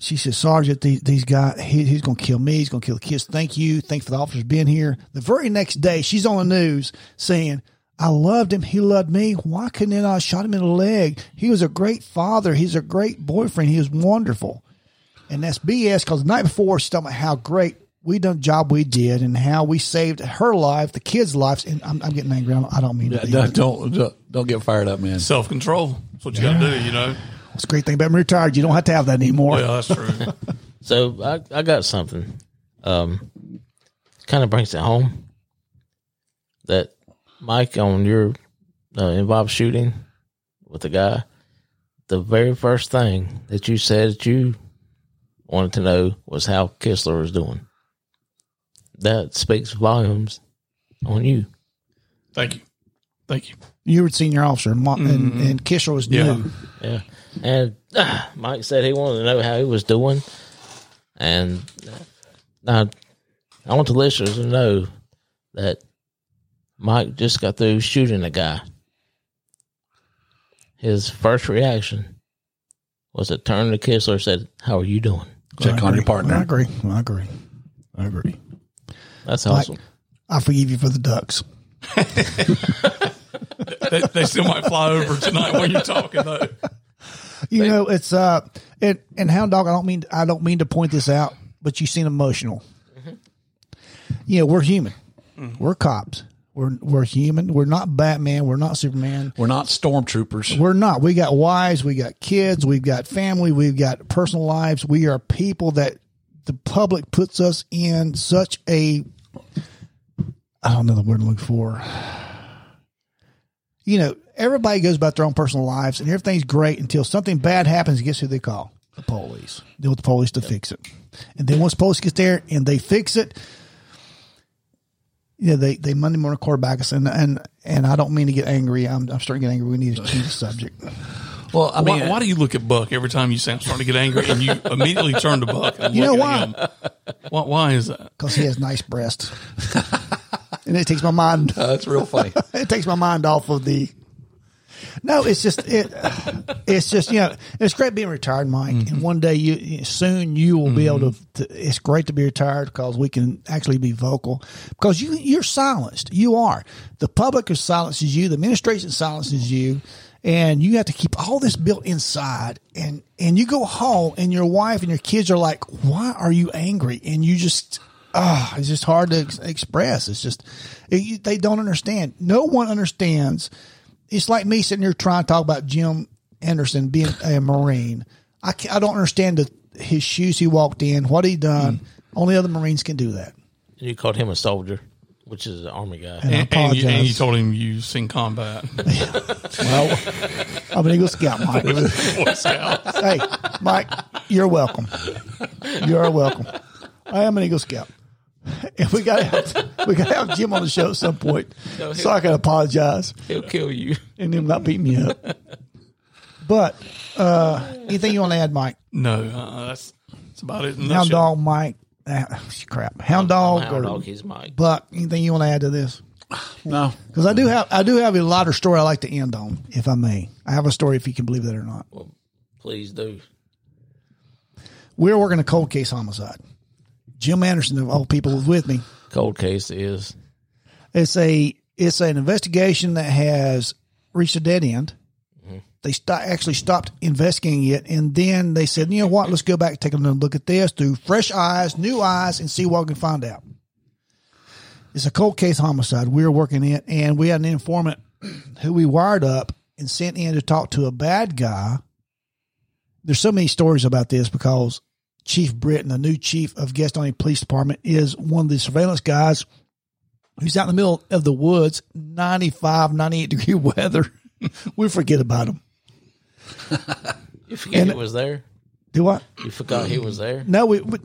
[SPEAKER 2] "She says, Sergeant, these, these guys, he, he's gonna kill me. He's gonna kill the kids. Thank you, thank you for the officers being here." The very next day, she's on the news saying. I loved him. He loved me. Why couldn't I have shot him in the leg? He was a great father. He's a great boyfriend. He was wonderful. And that's BS because the night before, she's talking about how great we done job we did and how we saved her life, the kids' lives. And I'm, I'm getting angry. I don't, I don't mean to. be.
[SPEAKER 4] Don't, don't don't get fired up, man.
[SPEAKER 1] Self control. That's what you got to do. You know.
[SPEAKER 2] It's a great thing about being retired. You don't have to have that anymore.
[SPEAKER 1] Well, Oh, that's true.
[SPEAKER 3] So I, I got something. Um, kind of brings it home that Mike on your uh, involved shooting with the guy. The very first thing that you said that you wanted to know was how Kistler was doing. That speaks volumes on you.
[SPEAKER 1] Thank you. Thank you.
[SPEAKER 2] You were senior officer, and, Mo- and, and Kisher was new.
[SPEAKER 1] Yeah.
[SPEAKER 3] Yeah. And ah, Mike said he wanted to know how he was doing. And I, I want the listeners to know that Mike just got through shooting a guy. His first reaction was to turn to Kistler and said, How are you doing?
[SPEAKER 4] Check on your
[SPEAKER 2] I
[SPEAKER 4] partner.
[SPEAKER 2] agree. I agree. I agree.
[SPEAKER 3] That's awesome.
[SPEAKER 2] I forgive you for the ducks.
[SPEAKER 1] They, they still might fly over tonight while you're talking though.
[SPEAKER 2] You know, it's uh, and and hound dog. I don't mean I don't mean to point this out, but you seem emotional. You know, we're human. We're cops. We're we're human. We're not Batman. We're not Superman.
[SPEAKER 4] We're not stormtroopers.
[SPEAKER 2] We're not. We got wives. We got kids. We've got family. We've got personal lives. We are people that the public puts us in such a. I don't know the word I'm looking for. You know, everybody goes about their own personal lives, and everything's great until something bad happens. Guess who they call? The police. Deal with the police to fix it, and then once police gets there and they fix it, yeah, they they Monday morning quarterback us, and and and I don't mean to get angry. I'm I'm starting to get angry. We need to change the subject.
[SPEAKER 4] Well, I mean,
[SPEAKER 1] Why, why do you look at Buck every time you say I'm starting to get angry and you immediately turn to Buck? And
[SPEAKER 2] You know
[SPEAKER 1] look
[SPEAKER 2] why?
[SPEAKER 1] at him? why? Why is that?
[SPEAKER 2] because he has nice breasts, and it takes my mind.
[SPEAKER 4] uh, that's real funny.
[SPEAKER 2] It takes my mind off of the. No, it's just it. It's just you know it's great being retired, Mike. And one day you soon you will be able to, to. It's great to be retired because we can actually be vocal because you you're silenced. You are the public is silences you. The administration silences you, and you have to keep all this built inside. And and you go home and your wife and your kids are like, why are you angry? And you just ah, it's just hard to ex- express. It's just it, you, they don't understand. No one understands. It's like me sitting here trying to talk about Jim Anderson being a Marine. I ca I don't understand the, his shoes he walked in, what he done. Only other Marines can do that.
[SPEAKER 3] You called him a soldier, which is an army guy.
[SPEAKER 2] And I
[SPEAKER 1] And, and, you, and you
[SPEAKER 2] apologize.
[SPEAKER 1] told him you've seen combat.
[SPEAKER 2] well, I'm an Eagle Scout, Mike.
[SPEAKER 1] Boy Scouts.
[SPEAKER 2] hey, Mike, you're welcome. You're welcome. I am an Eagle Scout. And we gotta have we gotta have Jim on the show at some point, so I can apologize.
[SPEAKER 3] He'll kill you.
[SPEAKER 2] and them not beating you up. But uh, anything you want to add, Mike?
[SPEAKER 1] No, uh, that's that's about it. in a
[SPEAKER 2] Hound
[SPEAKER 1] nutshell.
[SPEAKER 2] dog, Mike. Ah, crap, hound dog,
[SPEAKER 3] Oh, Hound
[SPEAKER 2] or
[SPEAKER 3] dog, he's Mike.
[SPEAKER 2] Buck. Anything you want to add to this?
[SPEAKER 4] No,
[SPEAKER 2] Because I do
[SPEAKER 3] Mm-hmm.
[SPEAKER 2] have I do have a lighter story I like to end on, if I may. I have a story if you can believe that or not.
[SPEAKER 3] Please do.
[SPEAKER 2] We We're working a cold case homicide. Jim Anderson of all people was with me.
[SPEAKER 3] Cold case is
[SPEAKER 2] It's a it's an investigation that has reached a dead end. They sto- actually stopped investigating it, and then they said, "You know what? Let's go back and take another look at this through fresh eyes, new eyes, and see what we can find out." It's a cold case homicide. We were working it, and we had an informant who we wired up and sent in to talk to a bad guy. There's so many stories about this because Chief Britton, the new chief of Gastonia Police Department, is one of the surveillance guys who's out in the middle of the woods, 95, 98 degree weather. we forget about him.
[SPEAKER 3] you forget he was there.
[SPEAKER 2] Do what?
[SPEAKER 3] You forgot he was there.
[SPEAKER 2] No, we, we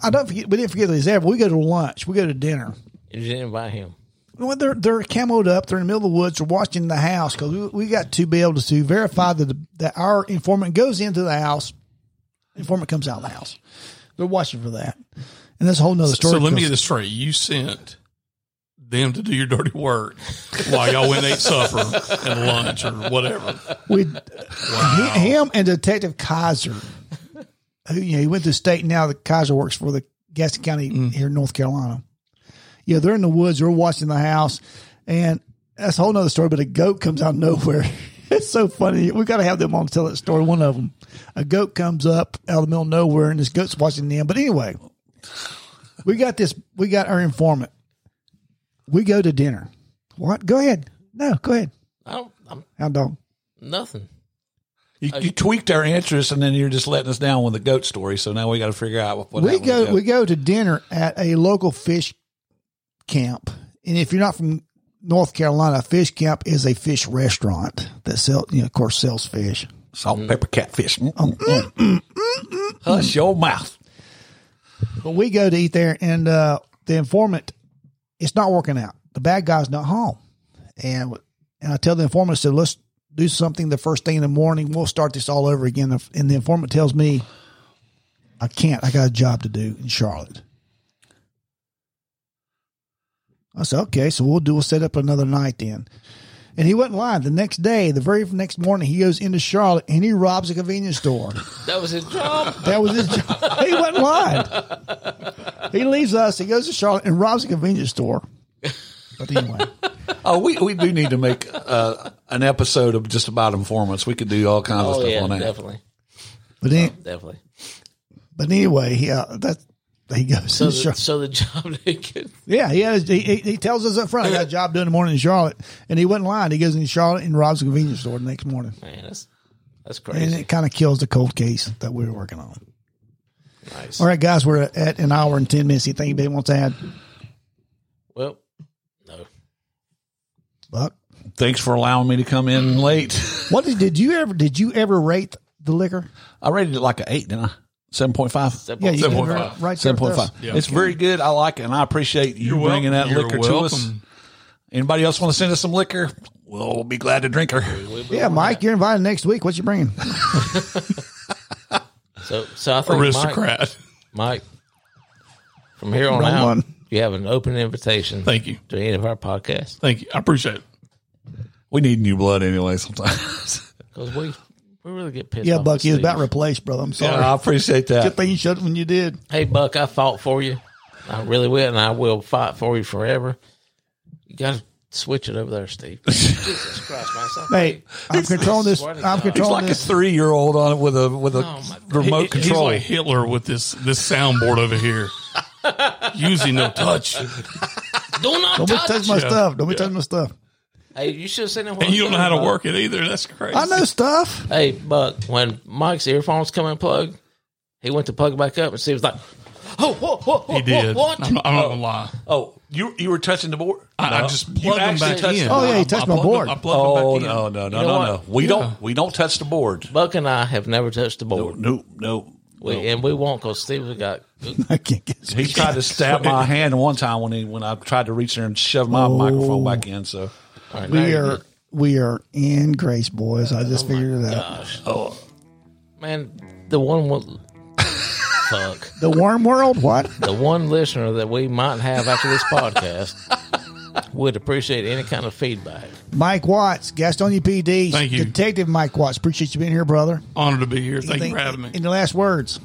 [SPEAKER 2] I don't forget. We didn't forget that he's there. But we go to lunch. We go to dinner.
[SPEAKER 3] You didn't invite him.
[SPEAKER 2] Well, they're they're camoed up. They're in the middle of the woods. They're watching the house because we, we got to be able to, verify that the, that our informant goes into the house. Informant comes out of the house. They're watching for that, and that's a whole nother story.
[SPEAKER 1] So let me
[SPEAKER 2] because-
[SPEAKER 1] get this straight. You sent them to do your dirty work while y'all went and ate supper and lunch or whatever.
[SPEAKER 2] we he- him and Detective Kaiser, who you know, he went to state. Now the Kaiser works for the Gaston County here in North Carolina. Yeah, they're in the woods. They're watching the house, and that's a whole nother story. But a goat comes out of nowhere. It's so funny. We got to have them on to tell that story. One of them, a goat comes up out of the middle of nowhere, and this goat's watching them. But anyway, we got this. We got our informant. We go to dinner. What? Go ahead. No, go ahead.
[SPEAKER 3] I don't. I'm
[SPEAKER 2] Hound dog.
[SPEAKER 3] nothing.
[SPEAKER 4] You, you tweaked our interest, and then you're just letting us down with the goat story. So now we got to figure out what, what
[SPEAKER 2] we
[SPEAKER 4] happened
[SPEAKER 2] go
[SPEAKER 4] with the
[SPEAKER 2] we
[SPEAKER 4] goat.
[SPEAKER 2] go to dinner at a local fish camp and if you're not from north carolina a fish camp is a fish restaurant that sell you know, of course sells fish
[SPEAKER 4] salt, and pepper, catfish. Mm, Mm-mm. Hush your mouth.
[SPEAKER 2] but we go to eat there and uh the informant it's not working out the bad guy's not home and and i tell the informant I said let's do something the first thing in the morning we'll start this all over again and the informant tells me i can't i got a job to do in charlotte I said, okay, so we'll do, we'll set up another night then. And he wasn't lying. The next day, the very next morning, he goes into Charlotte and he robs a convenience store.
[SPEAKER 3] That was his job.
[SPEAKER 2] That was his job. He wasn't lying. He leaves us, he goes to Charlotte and robs a convenience store. But anyway,
[SPEAKER 4] Oh, we, we do need to make uh, an episode of just about informants. We could do all kinds of
[SPEAKER 3] oh
[SPEAKER 4] stuff
[SPEAKER 3] yeah,
[SPEAKER 4] on that.
[SPEAKER 3] definitely,
[SPEAKER 2] but, any,
[SPEAKER 3] definitely.
[SPEAKER 2] but anyway, he, uh, that, he goes
[SPEAKER 3] So
[SPEAKER 2] to
[SPEAKER 3] the,
[SPEAKER 2] Charlotte.
[SPEAKER 3] so the job naked.
[SPEAKER 2] Yeah, he, has, he he he tells us up front, I got a job doing the morning in Charlotte. And he wasn't lying. He goes in Charlotte and robs a convenience store the next morning.
[SPEAKER 3] Man, that's that's
[SPEAKER 2] and
[SPEAKER 3] crazy.
[SPEAKER 2] it kind of kills the cold case that we were working on.
[SPEAKER 3] Nice.
[SPEAKER 2] All right, guys, we're at an hour and ten minutes. Anything anybody wants to add?
[SPEAKER 3] Well, no.
[SPEAKER 2] Buck,
[SPEAKER 4] Thanks for allowing me to come in late.
[SPEAKER 2] what did, did you ever did you ever rate the liquor?
[SPEAKER 4] I rated it like an eight, didn't I? Seven point five.
[SPEAKER 3] Simple.
[SPEAKER 2] Yeah, you
[SPEAKER 3] Simple.
[SPEAKER 2] were right there
[SPEAKER 4] Seven
[SPEAKER 2] with
[SPEAKER 4] point five.
[SPEAKER 2] us.
[SPEAKER 4] It's very good. I like it, and I appreciate you bringing that liquor to us. Anybody else want to send us some liquor? Well, we'll be glad to drink her.
[SPEAKER 2] Yeah, Mike, you're invited next week. What you bringing?
[SPEAKER 3] So so I think Mike,
[SPEAKER 1] Aristocrat.
[SPEAKER 3] Mike, from here on
[SPEAKER 2] Wrong
[SPEAKER 3] out,
[SPEAKER 2] one.
[SPEAKER 3] you have an open invitation.
[SPEAKER 1] Thank you.
[SPEAKER 3] to any of our podcasts
[SPEAKER 1] Thank you. I appreciate it.
[SPEAKER 4] We need new blood anyway. Sometimes.
[SPEAKER 3] because we we really get pissed.
[SPEAKER 2] Yeah,
[SPEAKER 3] off
[SPEAKER 2] Buck,
[SPEAKER 3] with
[SPEAKER 2] you was about
[SPEAKER 3] Steve.
[SPEAKER 2] replaced, brother. I'm sorry.
[SPEAKER 4] Yeah, I appreciate
[SPEAKER 2] Good
[SPEAKER 4] that.
[SPEAKER 2] thing you shut when you did.
[SPEAKER 3] Hey, Buck, I fought for you. I really will, and I will fight for you forever. You got to switch it over there, Steve. Jesus Christ, man! Stop.
[SPEAKER 2] Hey, I'm controlling this.
[SPEAKER 3] swear to
[SPEAKER 2] I'm
[SPEAKER 3] God. He's
[SPEAKER 4] He's
[SPEAKER 2] controlling
[SPEAKER 4] like a
[SPEAKER 2] this.
[SPEAKER 4] three-year-old on it with a with a
[SPEAKER 3] Oh, my God.
[SPEAKER 4] remote
[SPEAKER 1] He- he's
[SPEAKER 4] control.
[SPEAKER 1] like Hitler with this this soundboard over here. Using no touch, and
[SPEAKER 3] Do not
[SPEAKER 2] Don't be
[SPEAKER 3] touch.
[SPEAKER 2] touching my
[SPEAKER 1] Yeah.
[SPEAKER 2] stuff. Don't be touching my stuff.
[SPEAKER 3] Hey, you should have seen him.
[SPEAKER 1] you don't know how to work it either. That's crazy.
[SPEAKER 2] I know stuff.
[SPEAKER 3] Hey, Buck, when Mike's earphones come unplugged, he went to plug it back up, and Steve was like, "Oh, whoa, whoa, whoa,
[SPEAKER 1] He did.
[SPEAKER 3] What?
[SPEAKER 1] I'm not, I'm not gonna lie.
[SPEAKER 4] Oh, you you were touching the board.
[SPEAKER 1] I, I just plugged them
[SPEAKER 4] actually
[SPEAKER 1] back
[SPEAKER 4] touched
[SPEAKER 1] in.
[SPEAKER 4] the
[SPEAKER 2] Oh, yeah, he
[SPEAKER 1] I-
[SPEAKER 2] touched
[SPEAKER 1] I
[SPEAKER 2] my
[SPEAKER 1] plugged
[SPEAKER 2] board.
[SPEAKER 1] Them, I plugged
[SPEAKER 4] Oh
[SPEAKER 1] them back
[SPEAKER 4] no
[SPEAKER 1] in.
[SPEAKER 4] no no
[SPEAKER 3] know
[SPEAKER 4] no no!
[SPEAKER 3] what?
[SPEAKER 4] We don't we don't touch the board.
[SPEAKER 3] Buck and I have never touched the board,
[SPEAKER 4] No no.
[SPEAKER 3] we, and we won't because Steve has got.
[SPEAKER 2] I can't get.
[SPEAKER 4] He tried to stab my hand one time when he when I tried to reach there and shove my microphone back in. So
[SPEAKER 3] All right, now
[SPEAKER 2] We
[SPEAKER 3] you're
[SPEAKER 2] are
[SPEAKER 3] good.
[SPEAKER 2] we are in grace, boys. I just figured it out. Oh.
[SPEAKER 3] man. The one will. Fuck.
[SPEAKER 2] The worm world. What?
[SPEAKER 3] the one listener that we might have after this podcast would appreciate any kind of feedback.
[SPEAKER 2] Mike Watts, Gastonia PD.
[SPEAKER 1] Thank you.
[SPEAKER 2] Detective Mike Watts. Appreciate you being here, brother.
[SPEAKER 1] Honored to be here. Thank you for having me.
[SPEAKER 2] Any last words?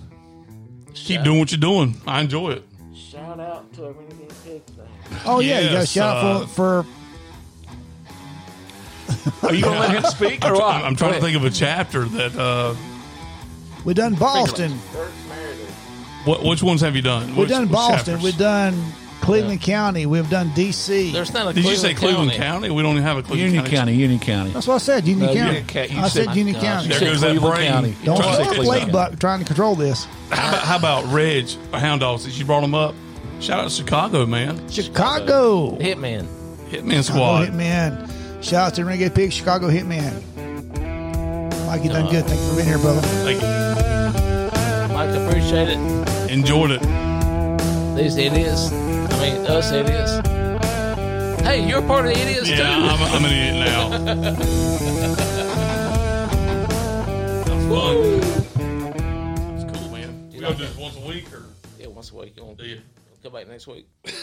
[SPEAKER 1] Keep doing what you're doing. I enjoy it.
[SPEAKER 3] Shout out to Arena Pig thing.
[SPEAKER 2] Oh, yeah. You got a
[SPEAKER 1] Yes,
[SPEAKER 2] shout out for, for
[SPEAKER 4] are you gonna let him speak or
[SPEAKER 1] I'm,
[SPEAKER 4] what?
[SPEAKER 1] I'm trying to think of a chapter that. Uh,
[SPEAKER 2] we done Boston.
[SPEAKER 1] what which ones have you done?
[SPEAKER 2] We've
[SPEAKER 1] Which-
[SPEAKER 2] done
[SPEAKER 1] which
[SPEAKER 2] Boston.
[SPEAKER 1] chapters?
[SPEAKER 2] We've done Cleveland County. We've done D.C.
[SPEAKER 3] There's not a
[SPEAKER 1] Did
[SPEAKER 3] Cleveland
[SPEAKER 1] you say Cleveland
[SPEAKER 3] County.
[SPEAKER 1] County? We don't even have a Cleveland
[SPEAKER 4] Union County, Union County.
[SPEAKER 2] That's what I said. Union
[SPEAKER 4] No, you
[SPEAKER 2] County.
[SPEAKER 4] didn't ca- you
[SPEAKER 2] I
[SPEAKER 4] said-
[SPEAKER 2] said Union
[SPEAKER 3] My
[SPEAKER 2] County.
[SPEAKER 1] There
[SPEAKER 4] said
[SPEAKER 1] goes that
[SPEAKER 4] Cleveland
[SPEAKER 1] brain.
[SPEAKER 4] County.
[SPEAKER 2] Don't
[SPEAKER 1] Trying to
[SPEAKER 2] fuck
[SPEAKER 1] say
[SPEAKER 2] late
[SPEAKER 1] Cleveland.
[SPEAKER 2] buck trying to control this.
[SPEAKER 1] How about, how about Reg, a hound dog? Since you brought him up, shout out to Chicago, man.
[SPEAKER 2] Chicago.
[SPEAKER 3] Hitman.
[SPEAKER 2] Chicago
[SPEAKER 1] Hitman Squad.
[SPEAKER 2] Hitman. Shout out to Renegade Pig, Chicago Hitman. Mike, you done good. Thank you for being here, brother.
[SPEAKER 1] Thank you.
[SPEAKER 3] Mike, appreciate it.
[SPEAKER 1] Enjoyed it.
[SPEAKER 3] These idiots. I mean, us idiots. Hey, you're part of the idiots
[SPEAKER 1] Yeah, I'm, I'm an idiot now. That's fun. It's cool, man. We all do this once a week, or
[SPEAKER 3] too. Yeah, once a week. You want
[SPEAKER 1] do you?
[SPEAKER 3] come back next week?